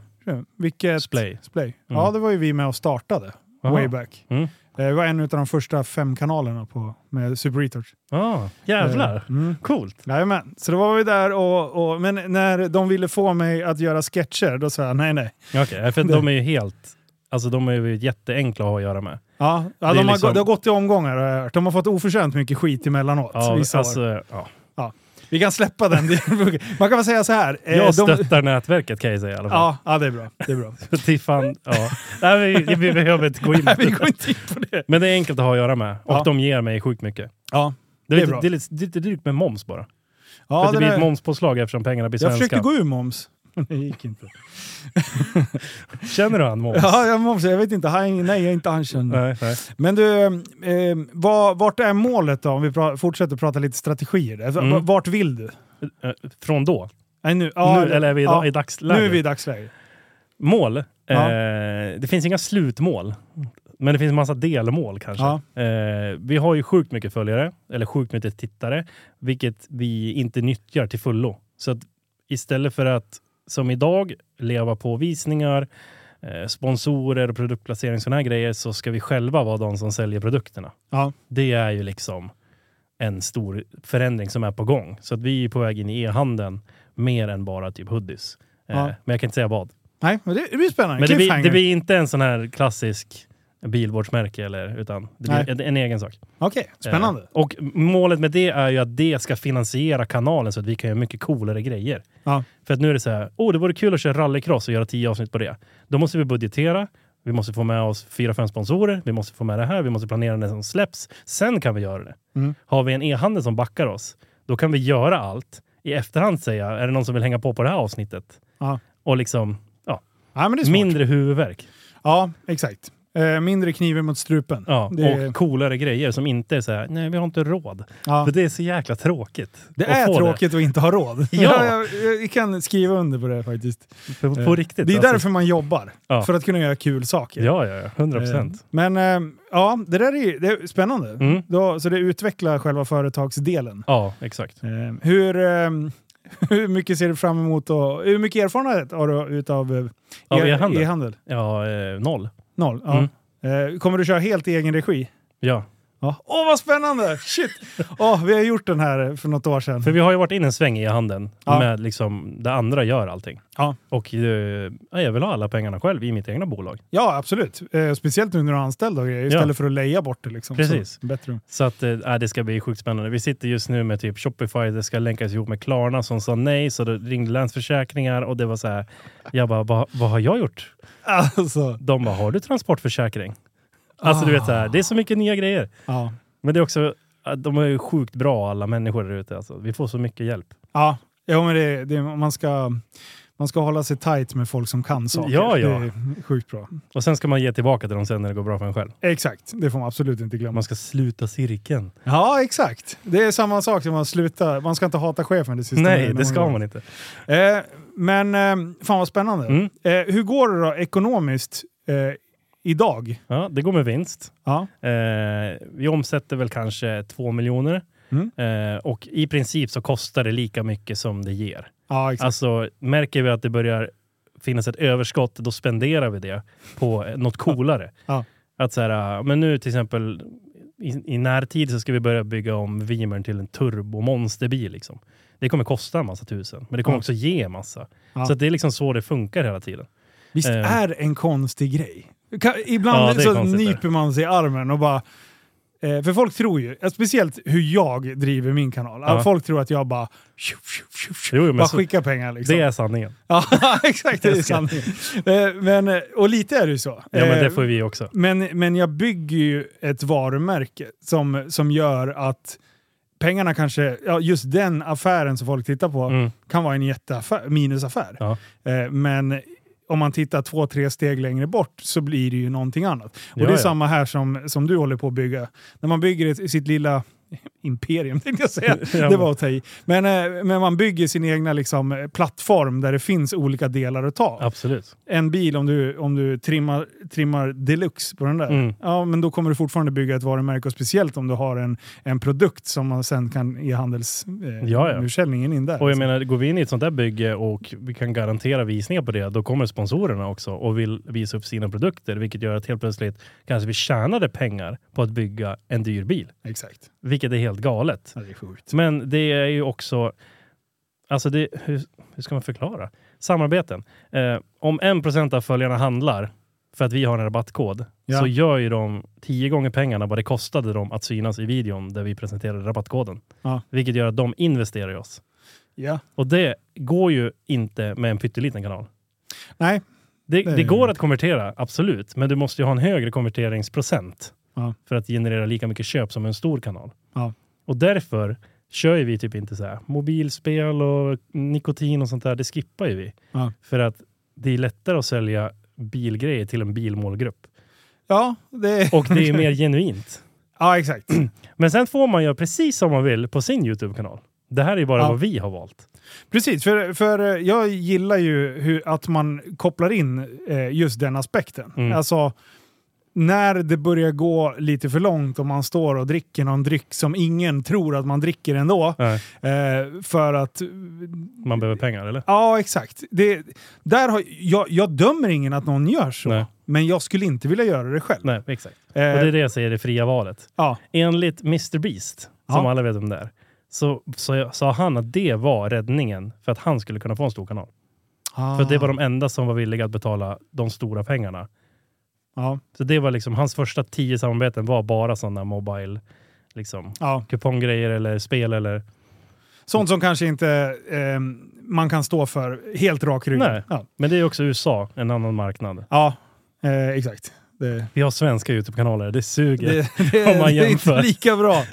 Vilket?
Splay.
Splay.
Mm.
Ja, det var ju vi med och startade.
Aha.
Way back.
Mm.
Eh, Det var en av de första fem kanalerna på, med Super Retouch.
Ah, jävlar.
Eh, Mm.
Coolt.
Jajamän. Så då var vi där och, och... Men när de ville få mig att göra sketcher, då sa jag nej, nej.
Okej, för att de är ju helt... Alltså de är ju jätteenkla att ha att göra med.
Ja, ja
Det är
de har,
liksom-
gå- det har gått i omgångar har jag hört. De har fått oförtjänt mycket skit emellanåt.
Ja,
vissa år.
alltså, ja.
Vi kan släppa den. Man kan väl säga så här. eh,
Jag
de,
stöttar nätverket kan jag säga i alla fall.
ja, ja, det är bra. Det är bra.
Ja. fan, ja. Nej, vi, vi behöver inte gå in på
Nej, vi går
det.
inte in på det.
Men det är enkelt att ha att göra med. Och
Ja.
de ger mig sjukt mycket.
Ja, Det
Det är,
är
lite,
bra.
det är lite, det är lite drygt med moms bara.
ja
för att det
den
blir ett
är-
momspåslag eftersom pengarna blir
Jag
svenska.
försökte gå ur moms. Det gick inte.
Känner du han moms?
Ja, jag moms. Jag vet inte. Han, nej, jag är inte ankön.
Nej, nej.
Men du, eh, vad, vart är målet då? Om vi pra, fortsätter prata lite strategier. Alltså,
Mm.
v- Vart vill du?
Eh, Från då?
Nej, nu, ja,
nu, eller är vi i,
ja,
dag, i dagsläget?
Nu är vi i dagsläget.
Mål?
Ja.
Eh, det finns inga slutmål. Men det finns massa delmål kanske.
Ja.
Eh, vi har ju sjukt mycket följare, eller sjukt mycket tittare, vilket vi inte nyttjar till fullo. Så att istället för att som idag leva på visningar, eh, sponsorer, produktplacering, sådana här grejer, så ska vi själva vara de som säljer produkterna.
Ja.
Det är ju liksom en stor förändring som är på gång. Så att vi är på väg in i e-handeln mer än bara typ hoodies. Eh,
Ja.
Men jag kan inte säga vad.
Nej, men det, det blir spännande.
Men det blir,
Cliffhanger.
det blir inte en sån här klassisk bilvårdsmärke, eller, utan det blir
Nej.
en, en egen sak.
Okej, spännande.
Eh, och målet med det är ju att det ska finansiera kanalen så att vi kan göra mycket coolare grejer.
Ja.
För att nu är det så här, åh det vore kul att köra rallycross och göra tio avsnitt på det. Då måste vi budgetera, vi måste få med oss fyra, fem sponsorer, vi måste få med det här, vi måste planera när som släpps. Sen kan vi göra det.
Mm.
Har vi en e-handel som backar oss, då kan vi göra allt. I efterhand säga, är det någon som vill hänga på på det här avsnittet?
Ja.
Och liksom, ja,
Ja, men det är smart.
mindre huvudvärk.
Ja, exakt. Eh, Eh, mindre kniven mot strupen.
Ja,
Det-
Och coolare grejer som inte är så här, nej vi har inte råd.
Ja.
För det är så jäkla tråkigt.
Det
att
är
få
tråkigt att inte ha råd.
Ja.
jag, jag, jag kan skriva under på det faktiskt.
På,
Eh,
på riktigt.
Det är
alltså.
därför man jobbar.
Ja.
För att kunna göra kul saker.
Ja, ja, ja. 100 procent.
Eh, Men eh, ja, det där är, ju- det är spännande.
Mm.
Då, så det utvecklar själva företagsdelen.
Ja, exakt.
Eh, hur, eh, hur mycket ser du fram emot och hur mycket erfarenhet har du utav eh,
Av
e-
e-handel?
e-handel?
Ja, eh, noll.
Noll? Ja.
Mm.
Eh, kommer du köra helt i egen regi?
Ja.
Ja. Åh, vad spännande! Shit! Åh, vi har gjort den här för något år sedan.
För vi har ju varit in en sväng i handeln
Ja.
med liksom där andra gör allting.
Ja.
Och eh, ja, jag vill ha alla pengarna själv i mitt egna bolag.
Ja, absolut. Eh, speciellt nu när du har anställda och grejer, istället för att leja bort det. Liksom.
Precis.
Så, bättre.
Så att, eh, äh, det ska bli sjukt spännande. Vi sitter just nu med typ Shopify, det ska länkas ihop med Klarna som sa nej, så då ringde Länsförsäkringar och det var så här. Jag bara, "Va- vad har jag gjort?
Alltså,
De bara, har du transportförsäkring? Alltså du vet, så här, det är så mycket nya grejer.
ja.
Men det är också, eh, de är ju sjukt bra alla människor där ute. Alltså. Vi får så mycket hjälp.
Ja, ja men det, det, man, ska, man ska hålla sig tight med folk som kan saker.
Ja, ja.
Det är sjukt bra.
Och sen ska man ge tillbaka till dem sen när det går bra för en själv.
Exakt, det får man absolut inte glömma.
Man ska sluta cirkeln.
Ja, exakt. Det är samma sak som att sluta. Man ska inte hata chefen det sista.
Nej, det ska man inte.
Eh, men eh, fan vad spännande.
Mm.
Eh, hur går det då ekonomiskt eh, idag?
Ja, det går med vinst.
Ja.
Eh, vi omsätter väl kanske 2 miljoner.
Mm.
Eh, och i princip så kostar det lika mycket som det ger.
Ja, exakt.
Alltså märker vi att det börjar finnas ett överskott, då spenderar vi det på eh, något coolare.
Ja.
Att så här, eh, men nu till exempel i, i närtid så ska vi börja bygga om Vimern till en turbomonsterbil. Liksom. Det kommer kosta en massa tusen, men det kommer
Ja.
också ge en massa.
Ja.
Så att det är liksom så det funkar hela tiden.
Visst
eh.
är en konstig grej? Kan, ibland
Ja, det är
så
konstigt det.
nyper man sig i armen och bara... Eh, för folk tror ju, eh, speciellt hur jag driver min kanal,
Ja.
att folk tror att jag bara, tjup, tjup, tjup, tjup,
Jo, men
bara
så-
skickar pengar. Liksom.
Det är sanningen.
Ja, exakt. Det är
Jag ska-
sanningen. Eh, Men, eh, och lite är det ju så.
Ja, men det
Eh,
får vi också.
men, men jag bygger ju ett varumärke som, som gör att pengarna kanske, ja, just den affären som folk tittar på
Mm.
kan vara en jätteaffär, minusaffär.
Ja.
Eh, Men om man tittar två, tre steg längre bort så blir det ju någonting annat. Och
Ja,
det är
ja.
samma här som, som du håller på att bygga. När man bygger ett, sitt lilla imperium, tänkte jag säga.
Ja,
Det
men-
var att ta i. Men, eh, men man bygger sin egna liksom, eh, plattform där det finns olika delar att ta.
Absolut.
En bil, om du, om du trimmar, trimmar deluxe på den där,
Mm.
ja, men då kommer du fortfarande bygga ett varumärke. Och speciellt om du har en, en produkt som man sen kan e-handelsförsäljningen eh,
Ja, ja.
försäljningen in där. liksom.
Och jag menar, går vi in i ett sånt där bygge och vi kan garantera visningar på det, då kommer sponsorerna också och vill visa upp sina produkter, vilket gör att helt plötsligt kanske vi tjänade pengar på att bygga en dyr bil,
Exakt.
vilket är helt galet.
Ja, det är sjukt.
Men det är ju också, alltså det, hur, hur ska man förklara? Samarbeten. Eh, om 1% av följarna handlar för att vi har en rabattkod,
Ja.
så gör ju de 10 gånger pengarna vad det kostade dem att synas i videon där vi presenterade rabattkoden.
Ja.
Vilket gör att de investerar i oss.
Ja.
Och det går ju inte med en pytteliten kanal.
Nej.
Det,
Nej.
det går att konvertera, absolut, men du måste ju ha en högre konverteringsprocent
Ja.
för att generera lika mycket köp som en stor kanal.
Ja.
Och därför kör ju vi typ inte så här mobilspel och nikotin och sånt där, det skippar ju vi.
Ja.
För att det är lättare att sälja bilgrejer till en bilmålgrupp.
Ja, det...
Och det är mer genuint.
ja, exakt.
Men sen får man göra precis som man vill på sin YouTube-kanal. Det här är ju bara
Ja.
vad vi har valt.
Precis, för, för eh, jag gillar ju hur, att man kopplar in eh, just den aspekten.
Mm.
Alltså, när det börjar gå lite för långt och man står och dricker någon dryck som ingen tror att man dricker ändå.
Nej,
Eh, för att...
Man behöver pengar, eller?
Ja, exakt. Det, där har, jag, jag dömer ingen att någon gör så,
Nej.
men jag skulle inte vilja göra det själv.
Nej, exakt.
Eh,
Och det är det jag säger, det fria valet.
ja,
Enligt Mr Beast, som
Ja.
alla vet om det är, så så sa han att det var räddningen för att han skulle kunna få en stor kanal. För
Ah.
att det var de enda som var villiga att betala de stora pengarna.
Ah. Ja,
Så det var liksom, hans första tio samarbeten var bara sådana mobile, liksom
ja.
kuponggrejer eller spel eller...
Sånt som kanske inte eh, man kan stå för helt rak rygg.
Nej.
Ja,
Men det är också USA, en annan marknad.
ja eh, exakt. Det,
Vi har svenska YouTube-kanaler, det suger.
Det, det,
Om man
det är inte
jämför.
lika bra.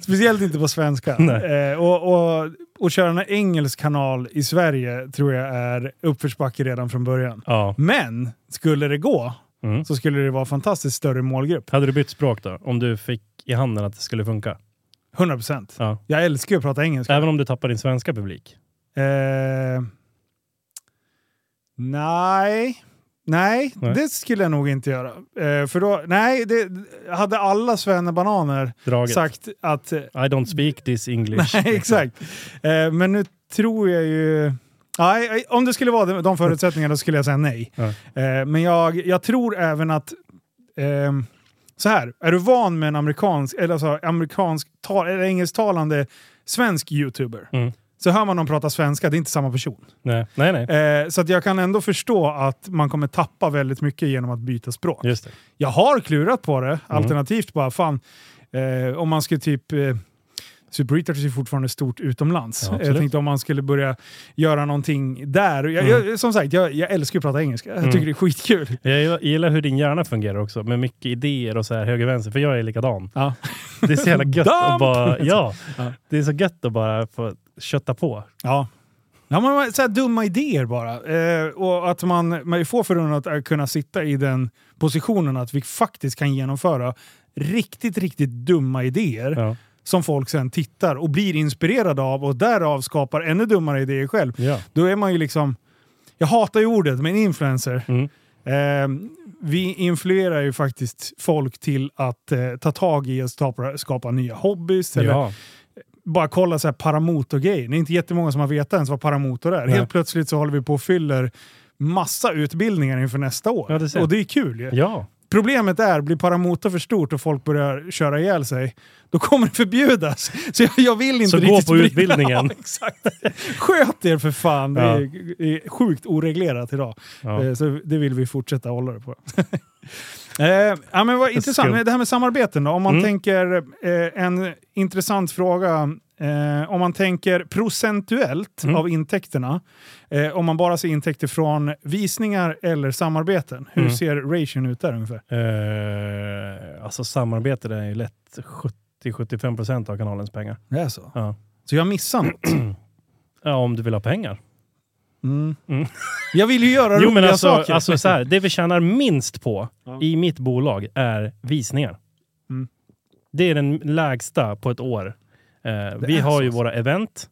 Speciellt inte på svenska.
Nej.
Eh, och, och, och köra en engelsk kanal i Sverige tror jag är uppförsbacke redan från början.
Ja,
Men skulle det gå
Mm.
så skulle det vara en fantastiskt större målgrupp.
Hade du bytt språk då? Om du fick i handen att det skulle funka?
100 procent.
Ja.
Jag älskar ju att prata engelska.
Även om du tappar din svenska publik?
Eh, nej. Nej,
Nej.
det skulle jag nog inte göra. Eh, för då, nej, det, hade alla svennebananer
Draget?
sagt att... eh,
I don't speak this English. Liksom.
Nej, exakt. Eh, men nu tror jag ju... Nej, nej, om det skulle vara de- de förutsättningarna då skulle jag säga nej.
Ja.
Eh, men jag, jag tror även att... ehm, så här, är du van med en amerikansk, eller alltså amerikansk tal, eller engelsktalande svensk youtuber
Mm.
så hör man dem prata svenska, det är inte samma person.
Nej, nej. nej.
Eh, så att jag kan ändå förstå att man kommer tappa väldigt mycket genom att byta språk.
Just det.
Jag har klurat på
Mm.
det, alternativt bara fan, eh, om man skulle typ eh, Super Retouch är fortfarande stort utomlands. Eh,
Ja, absolut.
jag tänkte om man skulle börja göra någonting där. Jag,
Mm.
jag, som sagt, jag, jag älskar ju att prata engelska. Jag tycker
Mm.
det är skitkul.
Jag gillar hur din hjärna fungerar också, med mycket idéer och så här höger vänster, för jag är likadan.
Ja.
Det är så jävla gött
Damp!
att bara... Ja,
Ja.
det är så gött att bara få kötta på.
Ja. Ja, men så här dumma idéer bara. Eh, och att man, man får förunnat att kunna sitta i den positionen att vi faktiskt kan genomföra riktigt, riktigt dumma idéer
Ja.
som folk sen tittar och blir inspirerade av och därav skapar ännu dummare idéer själv.
Ja.
Då är man ju liksom... Jag hatar ju ordet, men influencer.
Mm.
Eh, vi influerar ju faktiskt folk till att eh, ta tag i och skapa, skapa nya hobbys. Eller
Ja.
bara kolla så här paramotorgrejen. Det är inte jättemånga som har vetat ens vad paramotor är.
Nej.
Helt plötsligt så håller vi på och fyller massa utbildningar inför nästa år.
Ja, det ser jag.
och det är kul ju.
ja.
Problemet är, blir paramotor för stort och folk börjar köra ihjäl sig, då kommer det förbjudas. Så jag, jag vill inte
Så gå
riktigt
på
sprida-
utbildningen.
Ja, exakt. Sköt er för fan. Det
Ja.
är, är sjukt oreglerat idag.
ja.
Eh, Så det vill vi fortsätta hålla det på. eh, ja, men vad intressant.
skumt.
Men Det här med samarbeten då. Om man
Mm.
tänker eh, en intressant fråga. Eh, om man tänker procentuellt
Mm.
av intäkterna. Eh, om man bara ser intäkter från visningar eller samarbeten. Hur
Mm.
ser ration ut där ungefär?
Eh, alltså samarbete det är ju lätt 70-75 procent av kanalens pengar.
Det är så.
Ja.
Så jag missar något.
Ja, om du vill ha pengar.
Mm.
Mm.
Jag vill ju göra
Jo
roliga
men alltså,
saker.
alltså så här, det vi tjänar minst på
Ja.
i mitt bolag är visningar.
Mm.
Det är den lägsta på ett år. Eh, vi
är
har
så
ju
alltså.
våra event.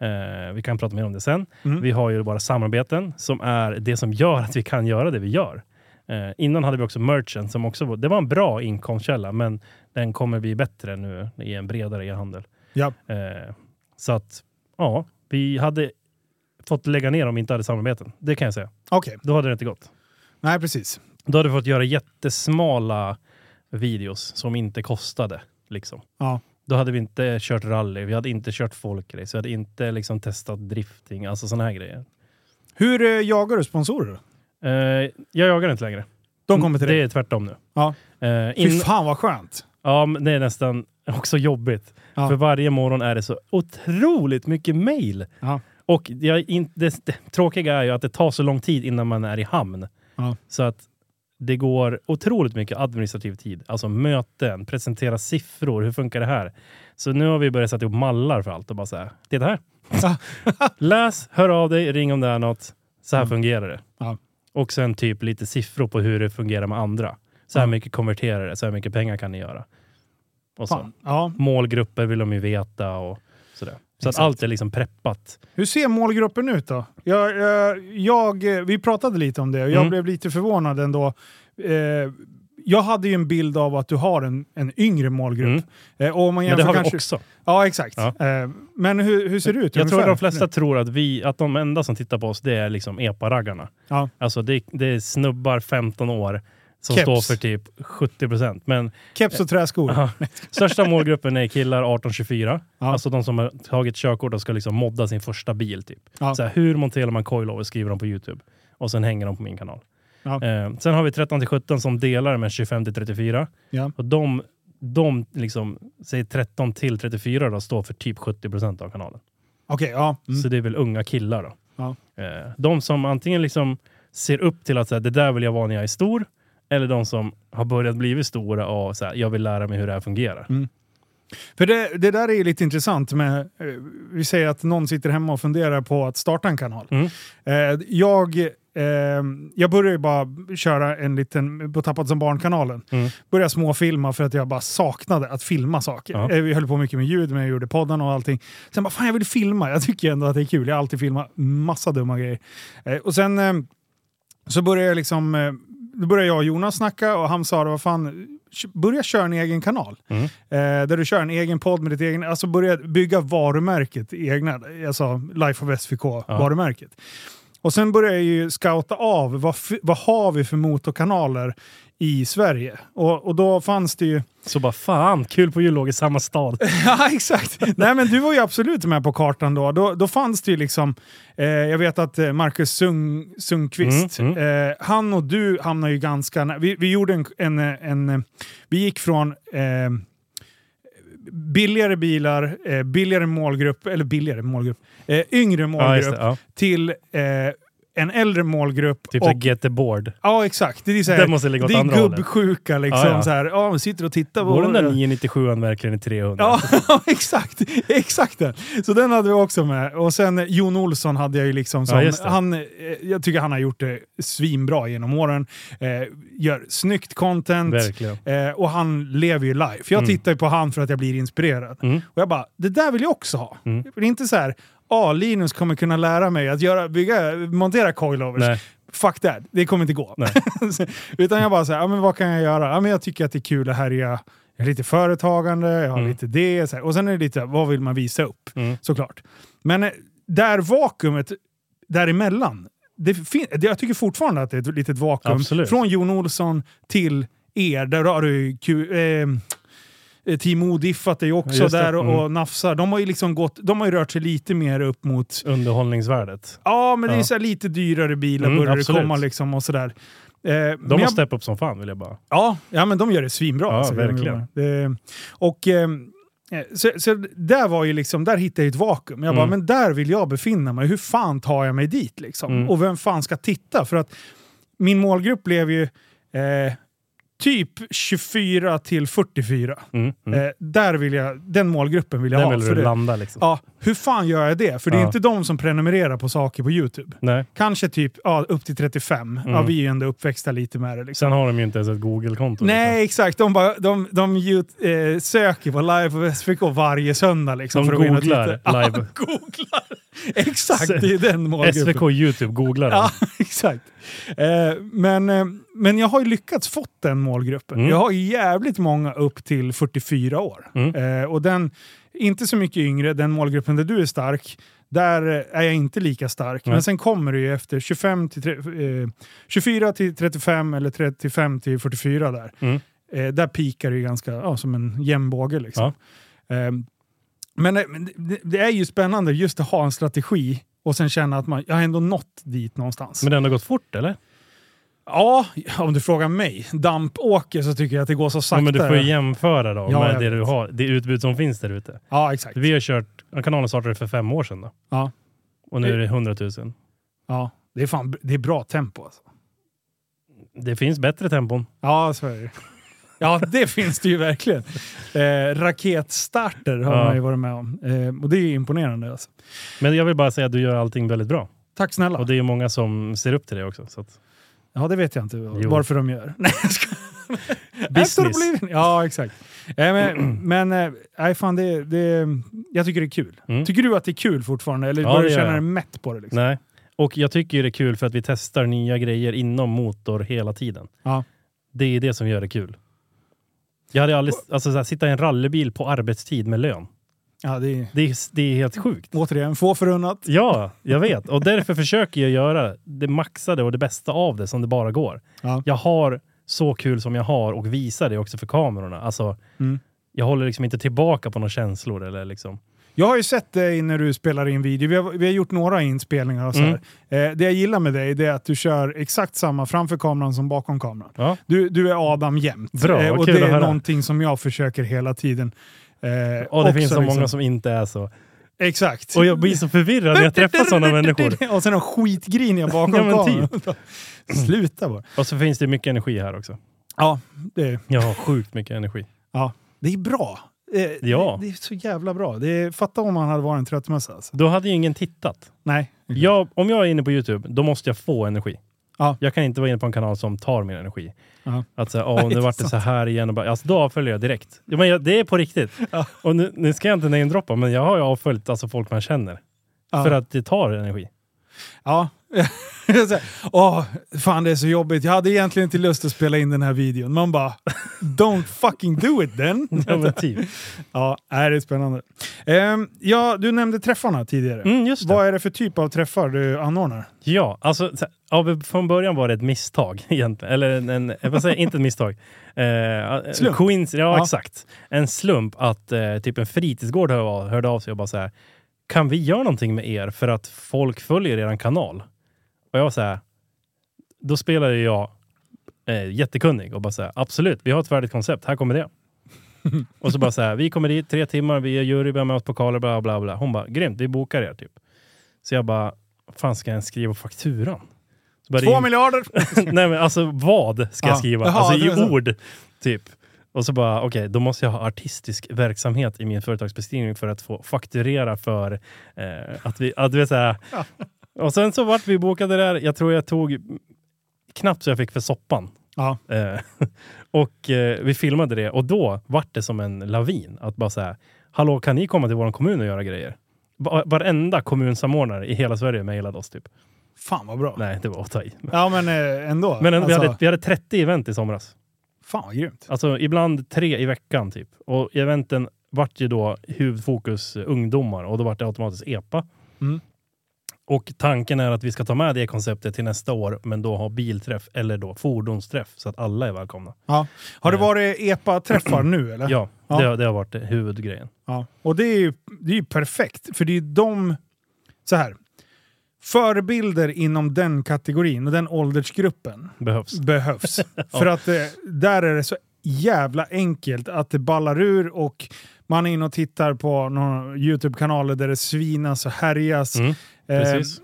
Eh, vi kan prata mer om det sen.
Mm.
Vi har ju våra samarbeten som är det som gör att vi kan göra det vi gör. Eh, innan hade vi också merchen som också var, det var en bra inkomstkälla men den kommer bli bättre nu i en bredare e-handel.
Ja.
Eh, så att ja, vi hade fått lägga ner om vi inte hade samarbeten. Det kan jag säga.
Okej,
Då hade det inte gått.
nej precis.
Då hade vi fått göra jättesmala videos som inte kostade. Liksom.
Ja.
Då hade vi inte kört rally, vi hade inte kört folkrace, vi hade inte liksom, testat drifting, alltså sådana här grejer.
Hur eh, jagar du sponsorer? då?
Eh, jag jagar inte längre.
De kommer till
det
dig.
är tvärtom nu.
Ja.
Eh,
Fy
Mm, in,
fan vad skönt.
ja, men det är nästan också jobbigt.
Ja.
För varje morgon är det så otroligt mycket mejl.
Ja.
Och jag, är in, det, det tråkiga är ju att det tar så lång tid innan man är i hamn.
Ja.
Så att det går otroligt mycket administrativ tid. Alltså möten, presentera siffror, hur funkar det här? Så nu har vi börjat sätta ihop mallar för allt och bara så här, titta här.
Ja.
Läs, hör av dig, ring om det är något. Så här
Mm.
fungerar det.
Ja.
Och sen typ lite siffror på hur det fungerar med andra. Så här
Ja.
mycket konverterar det, så här mycket pengar kan ni göra. Och så.
Fan. Ja.
Målgrupper vill de ju veta och sådär. Så att
Exakt.
allt är liksom preppat.
Hur ser målgruppen ut då? Jag, jag, jag, eh, vi pratade lite om det och jag
Mm.
blev lite förvånad ändå. Eh, jag hade ju en bild av att du har en, en yngre målgrupp.
Mm.
Eh, och om man
Men det
jämför
har vi
kanske...
också.
Ja, exakt.
Ja.
Eh, men hur, hur ser det ut
Jag tror
ungefär?
att de flesta tror att, vi, att de enda som tittar på oss, det är liksom epa-raggarna.
Ja.
Alltså det, det är snubbar 15 år som
Keps.
står för typ 70 procent. Men
Keps och träskor.
aha, största målgruppen är killar 18-24.
Ja.
Alltså de som har tagit körkort och ska liksom modda sin första bil. Typ.
Ja.
Så här, hur monterar man coilover skriver de på YouTube. Och sen hänger de på min kanal.
Ja.
Eh, sen har vi 13-17 som delar med 25-34.
Ja.
Och de, de liksom, säg 13-34 då, står för typ 70 procent av kanalen.
Okej, ja. Mm.
Så det är väl unga killar då.
Ja.
Eh, De som antingen liksom ser upp till att så här, det där vill jag vara när jag är stor. Eller de som har börjat bli stora och så här, jag vill lära mig hur det här fungerar.
För det, det där är ju lite intressant med... Eh, vi säger att någon sitter hemma och funderar på att starta en kanal.
Mm.
Eh, jag ehm, jag började ju bara köra en liten, på Tappad som barn-kanalen,
Mm.
började småfilma för att jag bara saknade att filma saker.
Ja.
Eh, Vi höll på mycket med ljud, men jag gjorde podden och allting. Sen bara, fan jag vill filma, jag tycker ändå att det är kul. Jag har alltid filmat massa dumma grejer. Eh, och sen eh, så började jag liksom, eh, då började jag och Jonas snacka och han sa, då, vad fan, börja köra en egen kanal.
Mm.
Eh, där du kör en egen podd med ditt egen, alltså börja bygga varumärket, egna, alltså Life of SVK-varumärket. Och sen börjar jag ju scouta av vad, f- vad har vi för motorkanaler i Sverige? Och, och då fanns det ju...
Så bara fan, kul på jul låg i samma stad.
ja, exakt! Nej, men du var ju absolut med på kartan då. Då, då fanns det ju liksom... Eh, jag vet att eh, Marcus Sung, Sundqvist,
Mm,
Eh, han och du hamnade ju ganska... nä- Vi, vi gjorde en, en, en... eh, Vi gick från... Eh, billigare bilar, eh, billigare målgrupp, eller billigare målgrupp, eh, yngre
Ja, just
målgrupp
det. Ja.
till eh, en äldre målgrupp.
Typ
och,
och, get the board.
ja, exakt. Det är, så här,
Det måste ligga åt
det
andra
är
hållet.
gubbsjuka liksom.
Ja, ja.
Så här, ja, man sitter och tittar. på-
Var den där 997 verkligen i 300?
Ja, exakt. exakt den. Så den hade vi också med. Och sen eh, Jon Olsson hade jag ju liksom som...
Ja, just det.
han, eh, jag tycker han har gjort det svinbra genom åren. Eh, gör snyggt content.
Verkligen.
Eh, och han lever ju live. Jag
Mm.
tittar ju på han för att jag blir inspirerad.
Mm.
Och jag bara, det där vill jag också ha.
Mm.
Det är inte så här, ah, Linus kommer kunna lära mig att göra, bygga, montera coilovers.
Nej.
Fuck that, det kommer inte gå. Utan jag bara så här, ah, men vad kan jag göra? Ah, men jag tycker att det är kul att härja. Jag är lite företagande, jag har
Mm.
lite det. Så här. Och sen är det lite, vad vill man visa upp?
Mm.
Såklart. Men eh, där vakuumet däremellan, det fin- det- jag tycker fortfarande att det är ett litet vakuum.
Absolut.
Från Jon Olsson till er, där har du Q, eh, Timo diffat dig också
Just det.
där och,
Mm.
och nafsar. De har ju liksom gått, de har ju rört sig lite mer upp mot
Underhållningsvärdet.
Ja, men det är
Ja.
så här lite dyrare bilar
Mm,
börjar
absolut.
det komma liksom och sådär. Eh, men
De har
jag,
steppat upp som fan vill jag bara.
ja, ja, men de gör det svinbra. alltså,
Ja, verkligen.
Det, och, eh, så, så där var ju liksom, där hittade jag ett vakuum. Jag bara,
Mm.
men där vill jag befinna mig. Hur fan tar jag mig dit liksom?
Mm.
Och vem fan ska titta? För att min målgrupp blev ju eh, typ 24 till 44.
Mm. Mm.
Eh, där vill jag, den målgruppen vill jag
Den
ha.
vill
för
du
det-
landa liksom.
Ja, hur fan gör jag det? För det är
Ja.
inte de som prenumererar på saker på YouTube.
Nej.
Kanske typ ja, upp till 35. Ja,
Mm.
vi är ju ändå uppväxta lite med det. Liksom.
Sen har de ju inte ens ett Google-konto. liksom.
Nej, exakt. De, bara, de, de ju- eh, söker på live på SVK varje söndag. Liksom,
De
för att gå in och
googlar
titta. Ja,
live.
googlar. Exakt, det är den
Liksom.
målgruppen.
SVK Youtube googlar
Ja,
ja.
exakt. Eh, men, eh, men jag har ju lyckats fått den målgruppen.
Mm.
Jag har jävligt många upp till 44 år.
Mm.
Eh, och den, inte så mycket yngre, den målgruppen där du är stark, där eh, är jag inte lika stark.
Nej.
Men sen kommer det ju efter 25 till, tre- eh, 24 till 35 eller 35 till 44 där.
Mm.
Eh, där pikar det ju ganska ja, som en jämnbåge. Liksom. Eh, men eh, men det, det är ju spännande just att ha en strategi och sen känna att man, jag har ändå nått dit någonstans.
Men det har ändå gått fort eller?
ja, om du frågar mig, dampåker så tycker jag att det går så sakta.
Ja, men du får ju jämföra då
Ja, jag
med det
vet.
du har. Det utbud som finns där ute.
ja exakt.
Vi har kört, ja, kanalen startade för fem år sedan då.
Ja.
Och nu är det 100 000.
Ja, det, är fan, det är bra tempo alltså.
Det finns bättre tempon.
Ja, så är det. Ja, det finns det ju verkligen. Eh, raketstarter har
Ja.
man ju varit med om. Eh, och det är ju imponerande. Alltså.
Men jag vill bara säga att du gör allting väldigt bra.
Tack snälla.
Och det är ju många som ser upp till dig också. Så att,
ja, det vet jag inte
Jo.
varför de gör. Nej, jag ska...
business.
Ja, exakt. Eh, men men eh, nej, fan, det, det, jag tycker det är kul.
Mm.
Tycker du att det är kul fortfarande? Eller
Ja,
börjar
det
du
gör
känna
jag.
dig mätt på det? Liksom?
Nej. Och jag tycker ju det är kul för att vi testar nya grejer inom motor hela tiden.
Ja.
Det är det som gör det kul. Jag hade aldrig, alltså så här, sitta i en rallybil på arbetstid med lön.
Ja, det är
Det är, det är helt sjukt.
återigen få förunnat.
Ja, jag vet. Och därför försöker jag göra det maxade och det bästa av det som det bara går.
Ja.
Jag har så kul som jag har och visar det också för kamerorna. Alltså,
Mm.
Jag håller liksom inte tillbaka på några känslor eller liksom.
Jag har ju sett dig när du spelar in video. Vi har, vi har gjort några inspelningar och så här.
Mm.
Eh, det jag gillar med dig det är att du kör exakt samma framför kameran som bakom kameran.
Ja.
Du, du är Adam jämt. Eh,
Bra,
och
kul
det
att
är
höra.
någonting som jag försöker hela tiden. Eh,
Och det
också
finns så
liksom-
många som inte är så.
Exakt.
Och jag blir så förvirrad när jag träffar sådana människor.
Och sen de skitgriniga bakom
Ja, men typ.
kameran. Sluta bara.
Och så finns det mycket energi här också.
Ja, det,
Jag har sjukt mycket energi.
ja. det är bra. Eh,
Ja.
det, det är så jävla bra. Det är, fatta om han hade varit en tröttmössa. Alltså.
Då hade ju ingen tittat.
Nej,
Jag, om jag är inne på YouTube, då måste jag få energi.
Ja.
Jag kan inte vara inne på en kanal som tar min energi.
Ja.
Att säga, åh, nu vart det så här igen. Och bara, alltså, då avföljer jag direkt. Ja, men jag, det är på riktigt.
Ja.
Och nu, nu ska jag inte namedroppa, men jag har ju avföljt alltså, folk man känner.
Ja.
För att det tar energi.
Ja. Så här, Åh, fan det är så jobbigt. Jag hade egentligen inte lust att spela in den här videon. Man bara, don't fucking do it then.
Ja, men typ.
Ja, nej, det är spännande. Ehm, ja, du nämnde träffarna tidigare.
Mm, just det.
Vad är det för typ av träffar du anordnar?
Ja, alltså så här, ja, från början var det ett misstag egentligen. Eller en, en jag får säga, inte ett misstag. Eh,
Slump.
Coinc- ja,
Ja.
exakt. En slump att eh, typ en fritidsgård hörde av, hörde av sig och bara så här. Kan vi göra någonting med er för att folk följer er kanal? Och jag var så här. Då spelade jag eh, jättekunnig och bara så här. Absolut, vi har ett färdigt koncept. Här kommer det. och så bara så här. Vi kommer dit tre timmar. Vi är jury, vi har med oss pokaler, bla bla bla. Hon bara grymt, vi bokar er typ. Så jag bara fan ska jag ens skriva fakturan? Så bara
Två
ring-
miljarder!
Nej men alltså vad ska
Ja.
jag skriva?
Jaha,
alltså
det var
i
så.
ord, typ. Och så bara, okej, då måste jag ha artistisk verksamhet i min företagsbeskrivning för att få fakturera för eh, att vi, att du vet såhär.
Ja.
Och sen så vart vi bokade där, jag tror jag tog knappt så jag fick för soppan.
Ja.
Eh, och eh, vi filmade det och då vart det som en lavin. Att bara såhär, hallå kan ni komma till vår kommun och göra grejer? Va- Varenda kommunsamordnare i hela Sverige mejlade oss typ.
Fan vad bra.
Nej, det var att ta i.
Ja, men eh, ändå.
Men ändå, vi,
Alltså,
hade, vi hade 30 event i somras.
Fan vad grymt.
Alltså ibland tre i veckan typ. Och eventen vart ju då huvudfokus eh, ungdomar och då vart det automatiskt EPA.
Mm.
Och tanken är att vi ska ta med det konceptet till nästa år, men då ha bilträff eller då fordonsträff så att alla är välkomna.
Ja. Har det
Eh.
varit EPA-träffar nu eller?
Ja,
Ja.
Det, har- det har varit eh, huvudgrejen.
Ja. Och det är, ju, det är ju perfekt, för det är ju de... Så här. Förebilder inom den kategorin och den åldersgruppen
Behövs.
behövs. För att eh, där är det så jävla enkelt att det ballar ur och man är inne och tittar på några YouTube-kanaler där det svinas och härjas.
Mm,
eh,
precis.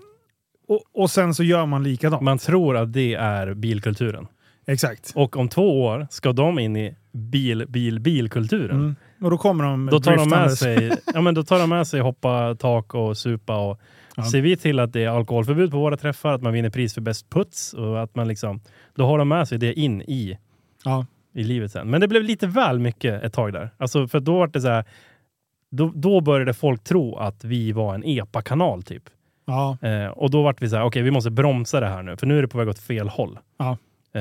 och, och sen så gör man likadant.
Man tror att det är bilkulturen.
Exakt.
Och om två år ska de in i bil, bil, bilkulturen.
Mm. Och då kommer de
Då tar, de med
driftandes.
sig, ja, men då tar de med sig hoppa tak och supa. Och
Ja.
Ser vi till att det är alkoholförbud på våra träffar, att man vinner pris för bäst puts och att man liksom, då har de med sig det in i,
Ja.
i livet sen. Men det blev lite väl mycket ett tag där. Alltså, för då var det så här, då, då började folk tro att vi var en EPA-kanal typ.
Ja.
Eh, och då vart vi så här, okej vi måste bromsa det här nu, för nu är det på väg åt fel håll.
Ja.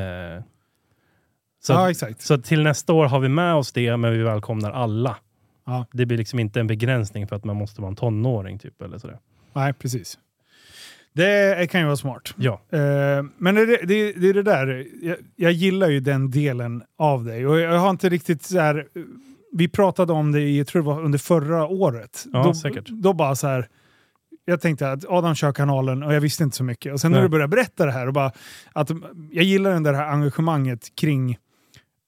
Eh, så att-
ja, exakt.
så till nästa år har vi med oss det, men vi välkomnar alla.
Ja.
Det blir liksom inte en begränsning för att man måste vara en tonåring typ eller
Mm.
sådär.
Nej, precis. Det kan ju vara smart.
Ja,
Eh, men det, det, det är det där, jag, jag gillar ju den delen av dig. Och jag har inte riktigt så här, eh, vi pratade om det i, jag tror det var under förra året.
Ja,
då,
säkert.
Då bara så här, jag tänkte att Adam kör kanalen och jag visste inte så mycket. Och sen när
Nej.
du började berätta det här och bara, att jag gillar det där engagemanget kring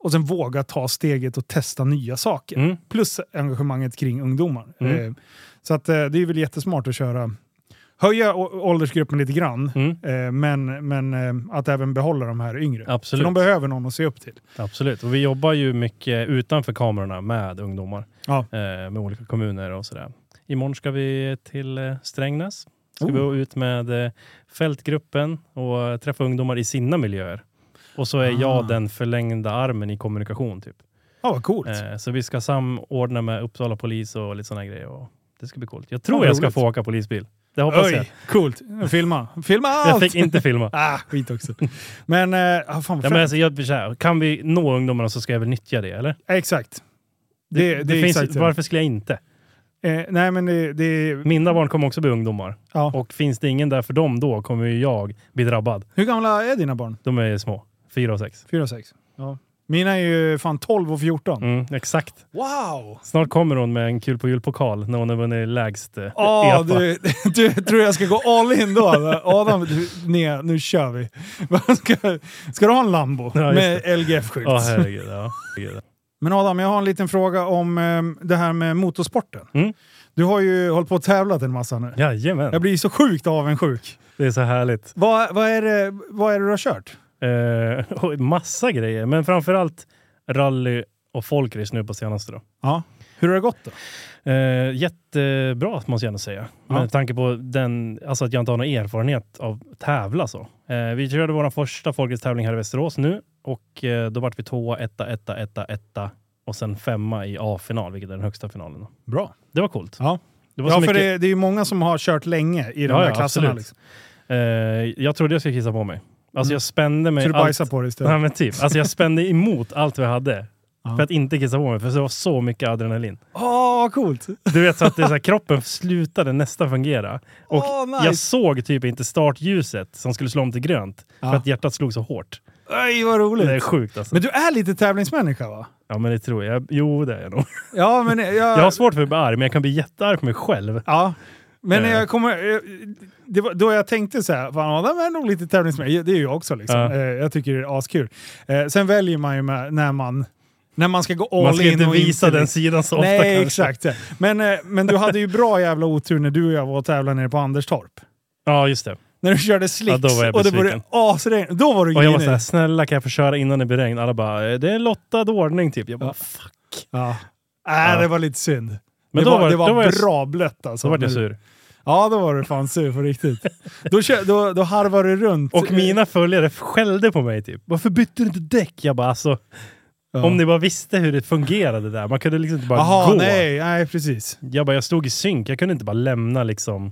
och sen våga ta steget och testa nya saker.
mm.
Plus engagemanget kring ungdomar.
Mm.
Eh, Så att, eh, det är väl jättesmart att köra, höja å- åldersgruppen lite grann.
Mm.
Eh, men, men eh, att även behålla de här yngre. För
absolut.
de behöver någon att se upp till.
absolut. Och vi jobbar ju mycket utanför kamerorna med ungdomar.
Ja.
Eh, med olika kommuner och sådär. Imorgon ska vi till eh, Strängnäs. Ska
Oh.
vi gå ut med eh, fältgruppen och eh, träffa ungdomar i sina miljöer. Och så är
Ah.
jag den förlängda armen i kommunikation typ.
Ja, vad coolt.
Eh, så vi ska samordna med Uppsala polis och lite sådana grejer. Och det ska bli coolt. Jag tror
vad
jag ska
roligt.
få åka polisbil. Det hoppas jag.
Oj, coolt. Filma. Filma
Jag
allt!
fick inte filma.
Ah, skit också. Men, eh, ah, fan vad
Ja, men
fränt.
alltså, jag, så här, kan vi nå ungdomarna så ska jag väl nyttja det, eller?
Exakt. Det, det, är
finns,
exakt det.
varför skulle jag inte?
Eh, nej, men det, det
Mina barn kommer också bli ungdomar.
ja.
Och finns det ingen där för dem då kommer ju jag bli drabbad.
Hur gamla är dina barn?
De är små. Fyra och sex.
Fyra och sex? Ja. Mina är ju fan 12 och 14.
Mm, exakt.
Wow!
Snart kommer hon med en kul på julpokal när hon har vunnit lägst eh,
Ah,
EPA.
du, du tror jag ska gå all in då? Adam, du, nej, nu kör vi. Ska, ska du ha en Lambo
Ja, just
med LGF-skylt?
Ja, herregud. Ja. herregud.
Men Adam, jag har en liten fråga om eh, det här med motorsporten.
Mm.
Du har ju hållit på och tävlat en massa nu. Jag
Jajamän.
blir så sjukt avundsjuk.
Det är så härligt.
Vad, vad, är det, vad är det du har kört?
Eh, och massa grejer, men framförallt rally och folkrace nu på senaste. Då.
Ja. Hur har det gått då?
Eh, jättebra måste jag ändå säga.
Ja.
Med tanke på den, alltså att jag inte har någon erfarenhet av tävla så. Eh, vi körde vår första Folkets tävling här i Västerås nu och eh, då vart vi tvåa, etta, etta, etta, etta och sen femma i A-final, vilket är den högsta finalen. Då.
Bra.
Det var coolt.
Ja.
Det var
Ja,
så
för
mycket-
det, det är ju många som har kört länge i de
Ja,
här
ja,
klasserna.
absolut.
Liksom.
Eh, jag trodde jag skulle kissa på mig. Alltså
Mm.
jag spände mig.
Så du
allt-
bajsar på det istället?
Nej, men typ. Alltså jag spände emot allt vad jag hade.
Ja.
För att inte kissa på mig, för det var så mycket adrenalin.
Åh, vad coolt!
Du vet så att det är så här, kroppen slutade nästan fungera. Och
Åh, nice.
jag såg typ inte startljuset som skulle slå om till grönt.
Ja.
För att hjärtat slog så hårt.
Aj, vad roligt!
Det är sjukt alltså.
Men du är lite tävlingsmänniska va?
Ja men det tror jag. Jo det är jag nog.
Ja, men jag...
Jag har svårt för att bli arg, men jag kan bli jättearg på mig själv.
Ja. Men
Eh.
jag kommer, eh, det var då jag tänkte så här, fan Adam är nog lite tävlingsmänniska. Det är ju jag också liksom.
Ja.
Eh, Jag tycker det är askul. Eh, Sen väljer man ju med, när man när man ska gå all
Man ska
in
inte
och
visa
inte,
den sidan så ofta
Nej,
kanske.
exakt. Men, eh, men du hade ju bra jävla otur när du och jag var och tävlade nere på Anderstorp.
Ja just det.
När du körde
Ja,
slicks
då var jag
och det
besviken.
började asregna. Då var du
Och jag var
grinig.
såhär, snälla kan jag få köra innan det blir regn? Alla bara, eh, det är lottad ordning typ. Jag bara,
Ja.
fuck.
Ja. Äh,
Ja.
det var lite synd.
Men
det
då
var,
var-
det var,
då var jag-
bra blött alltså.
Så vart jag
När du-
sur.
Ja, då var du fan sur på riktigt. då, kö- då, då harvar du runt. eh,
Och mina följare skällde på mig typ. Varför bytte du inte däck? Jag bara, alltså
Ja.
om ni bara visste hur det fungerade där. Man kunde liksom inte bara
Jaha,
gå.
nej, nej precis.
Jag bara, jag stod i synk. Jag kunde inte bara lämna liksom.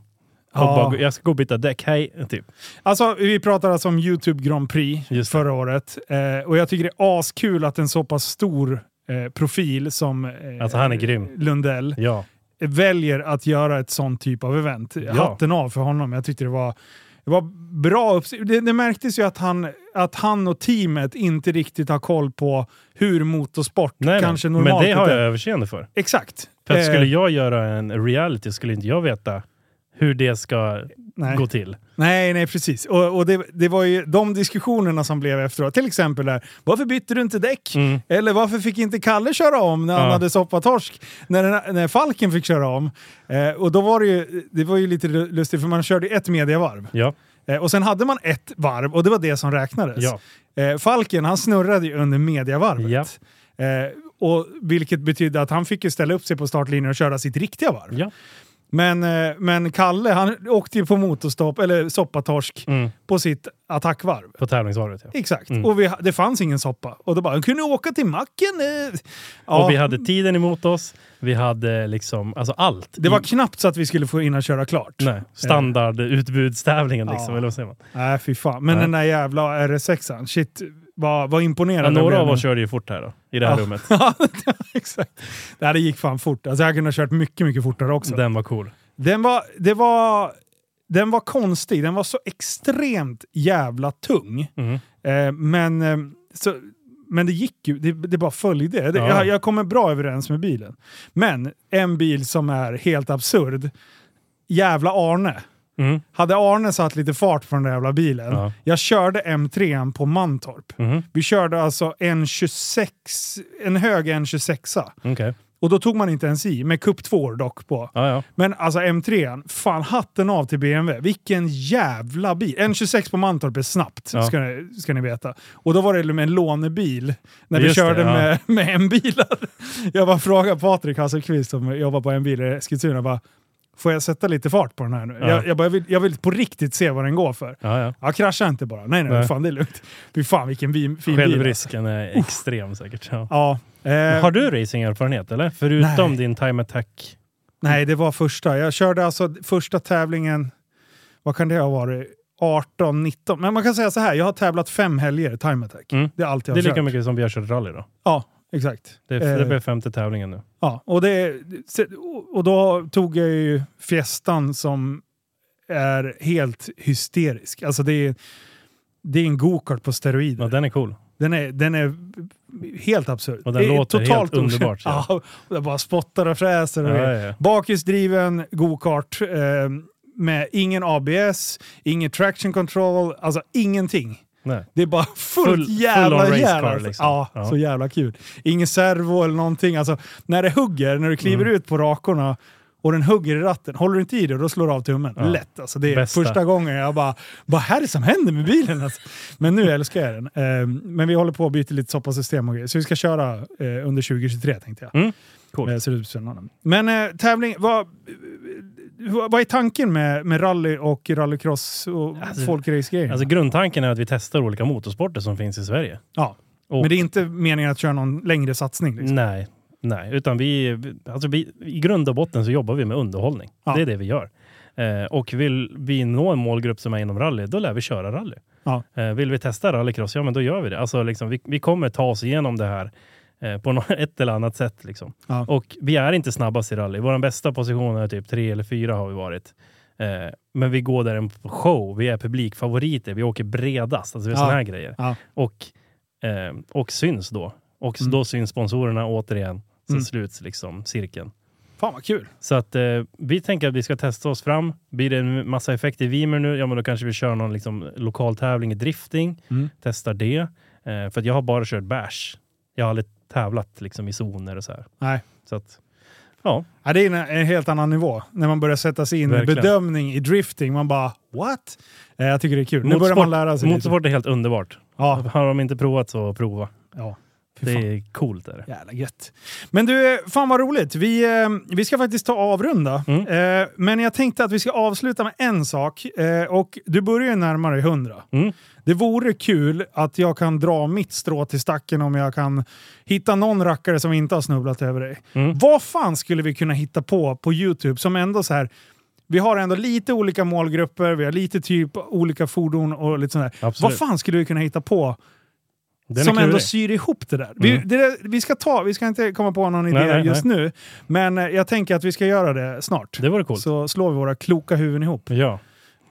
Och
Ja.
bara, gå- jag ska gå och byta däck, hej. Typ.
Alltså, vi pratade alltså om YouTube Grand Prix
Just det.
förra året. Eh, och jag tycker det är askul att en så pass stor eh, profil som eh,
Alltså, han är grym.
Lundell
Ja.
väljer att göra ett sånt typ av event.
Ja.
Hatten av för honom. Jag tyckte det var, det var bra upps- det, det märktes ju att han, att han och teamet inte riktigt har koll på hur motorsport
Nej,
kanske
Kanske men
normalt
det har
är.
jag överseende för.
Exakt.
För att
Eh,
skulle jag göra en reality skulle inte jag veta hur det ska
nej.
gå till.
Nej, nej precis. Och, och det, det var ju de diskussionerna som blev efteråt. Till exempel där, varför bytte du inte däck?
Mm.
Eller varför fick inte Kalle köra om när han
Ja.
hade soppatorsk? När, den- när Falken fick köra om. Eh, och då var det ju, det var ju lite lu- lustigt för man körde ju ett mediavarv.
Ja.
Eh, och sen hade man ett varv och det var det som räknades.
Ja.
Eh, Falken han snurrade ju under mediavarvet.
Ja.
Eh, och, vilket betydde att han fick ju ställa upp sig på startlinjen och köra sitt riktiga varv.
ja.
Men, eh, men Kalle han åkte ju på motorstopp, eller soppatorsk,
Mm.
på sitt attackvarv.
På tävlingsvarvet ja.
Exakt.
Mm.
Och vi, ha- det fanns ingen soppa. Och då bara, kunde ni åka till macken? eh?" Ja,
Och vi hade tiden emot oss. Vi hade liksom, alltså allt.
Det var knappt så att vi skulle få hinna köra klart.
Nej, standardutbudstävlingen liksom,
Eh. Ja.
eller vad säger man?
Nej, fy fan. Men
Nej.
den där jävla RS6an, shit. Vad vad
Ja,
imponerande.
några
jag
av
blev
oss körde ju fort här då, i det här
Ja.
rummet.
Exakt. Nej, det gick fan fort. Alltså, jag kunde ha kört mycket, mycket fortare också. Den,
Den var cool.
var, det var, den var konstig. Den var så extremt jävla tung.
Mm.
Eh, men, eh, så, men det gick ju, det, det bara följde. Det,
Ja.
jag, jag kommer bra överens med bilen. Men en bil som är helt absurd, jävla Arne.
Mm.
Hade Arne satt lite fart på den där jävla bilen,
Ja.
jag körde M3 på Mantorp.
Mhm.
Vi körde alltså en 26, en hög N26.
Okej.
Och då tog man inte ens i, med cup 2 dock på.
Ja, ja.
Men alltså M3, fan hatten av till BMW. Vilken jävla bil! N26 på Mantorp är snabbt,
Ja.
ska, ni, ska ni veta. Och då var det med en lånebil, när vi
Just det,
körde
ja.
med, med M-bilar. Jag bara frågade Patrik Hasselqvist som jobbar på M-bil i Eskilstuna, jag bara, får jag sätta lite fart på den här nu?
Ja.
Jag, jag, bara, jag, vill, jag vill på riktigt se vad den går för.
ja, ja.
Ja, krascha inte bara. Nej, nej,
Nej.
fan det är lugnt. Fy fan vilken bi- fin bil. alltså.
Självrisken är extrem säkert. Ja.
Ja. Eh,
Har du racingerfarenhet eller? Förutom
Nej.
din time attack?
Nej, det var första. Jag körde alltså första tävlingen, vad kan det ha varit? 18, 19. Men man kan säga så här, jag har tävlat fem helger i Time Attack.
Mm.
Det är allt jag
Det
har
är lika
kört.
mycket som vi har kört rally då.
Ja, exakt.
Det,
Eh.
det blev femte tävlingen nu.
Ja, och, det, och då tog jag ju Fiestan som är helt hysterisk. Alltså det är, det är en go-kart på steroider.
Ja, den är cool.
Den är, den är helt absurd.
Och den
Det är
låter helt
totalt oskydd.
underbart, ja.
Ja, och jag bara spottar och fräser. Och
Ja,
grejer.
ja, ja.
Bakhjulsdriven go-kart eh, med ingen ABS, ingen traction control, alltså ingenting.
Nej.
Det är bara fullt
Full- full
jävla
on race
järn,
car,
alltså.
liksom.
ja,
Ja.
så
Mm.
jävla kul. Ingen servo eller någonting. Alltså, när det hugger, när du kliver ut på rakorna och den hugger i ratten. Håller du inte i det, då slår du av tummen.
Ja.
Lätt alltså. Det är
Bästa.
första gången jag bara, vad är det som händer med bilen? Alltså. Men nu älskar jag den. Eh, men vi håller på att byta lite soppasystem och grejer. Så vi ska köra eh, under 2023 tänkte jag.
Mm. Coolt.
Eh, ser ut spännande. Men eh, tävling, vad, vad vad är tanken med, med rally och rallycross och
Alltså-
folkrace-grejer?
Alltså grundtanken är att vi testar olika motorsporter som finns i Sverige.
ja.
Och-
Men det är inte meningen att köra någon längre satsning? Liksom.
Nej, nej. Utan vi, alltså vi, i grund och botten så jobbar vi med underhållning.
Ja.
Det är det vi gör. Eh, och vill vi nå en målgrupp som är inom rally, då lär vi köra rally.
Ja.
Eh, vill vi testa rallycross, ja men då gör vi det. Alltså, liksom, vi, vi kommer ta oss igenom det här eh, på något, ett eller annat sätt. Liksom.
Ja.
Och vi är inte snabbast i rally. Vår bästa position är typ tre eller fyra har vi varit. Eh, men vi går där en show, vi är publikfavoriter, vi åker bredast. Alltså, vi är
Ja.
såna här grejer.
Ja.
Och, eh, och syns då. Och
Mm.
då syns sponsorerna återigen. Så
Mm.
sluts liksom cirkeln.
Fan vad kul!
Så att eh, vi tänker att vi ska testa oss fram. Blir det en massa effekt i Vimer nu, ja men då kanske vi kör någon liksom, lokal tävling i drifting.
Mm.
Testar det. Eh, för att jag har bara kört bash. Jag har aldrig tävlat liksom, i zoner och så här.
Nej.
Så att, ja.
Ja, det är en, en helt annan nivå. När man börjar sätta sig in i
Verkligen.
bedömning i drifting, man bara what? Eh, jag tycker Alltså, det är kul. nu
Motorsport-
börjar man lära sig lite.
Motorsport är helt underbart.
Ja,
Har de inte provat så prova.
ja. Fy
Det
fan.
är coolt. Är det.
Jävla gött. Men du, eh, fan vad roligt. Vi, eh, vi ska faktiskt ta avrunda.
Mm.
Eh, men jag tänkte att vi ska avsluta med en sak. Eh, och du börjar ju närmare 100.
Mm.
Det vore kul att jag kan dra mitt strå till stacken om jag kan hitta någon rackare som inte har snubblat över dig.
Mm.
Vad fan skulle vi kunna hitta på på YouTube som ändå så här... Vi har ändå lite olika målgrupper, vi har lite typ olika fordon och lite sånt där.
Absolut.
Vad fan skulle vi kunna hitta på
Den är
som ändå
klurig.
syr ihop det där. Vi,
Mm.
det där vi, ska ta, vi ska inte komma på någon idé
Nej, nej,
just nu, men eh, jag tänker att vi ska göra det snart.
Det vore coolt.
Så slår vi våra kloka huvuden ihop.
Ja,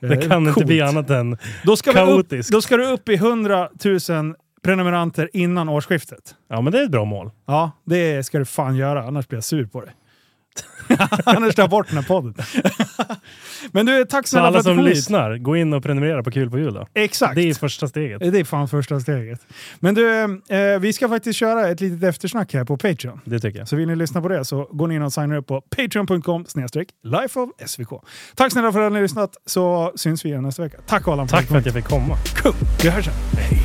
Eh,
det kan inte
coolt.
bli annat än
Då ska, vi upp,
kaotiskt.
då ska du upp i 100 000 prenumeranter innan årsskiftet.
Ja, men det är ett bra mål.
Ja, det ska du fan göra, annars blir jag sur på dig. annars tar jag bort den här podden. men du, tack
Så
snälla för
alla
att du
som
kom hit.
lyssnar, gå in och prenumerera på Kul på jul då.
Exakt. Eh,
Det är första steget.
Det är fan första steget. Men du, eh, vi ska faktiskt köra ett litet eftersnack här på Patreon.
Det tycker jag.
Så vill ni lyssna på det så går ni in och signar upp på patreon.com snedstreck lifeofsvk. Tack snälla för att ni har lyssnat så syns vi igen nästa vecka. Tack Allan
Tack för att jag fick komma.
Vi hörs sen. Hej.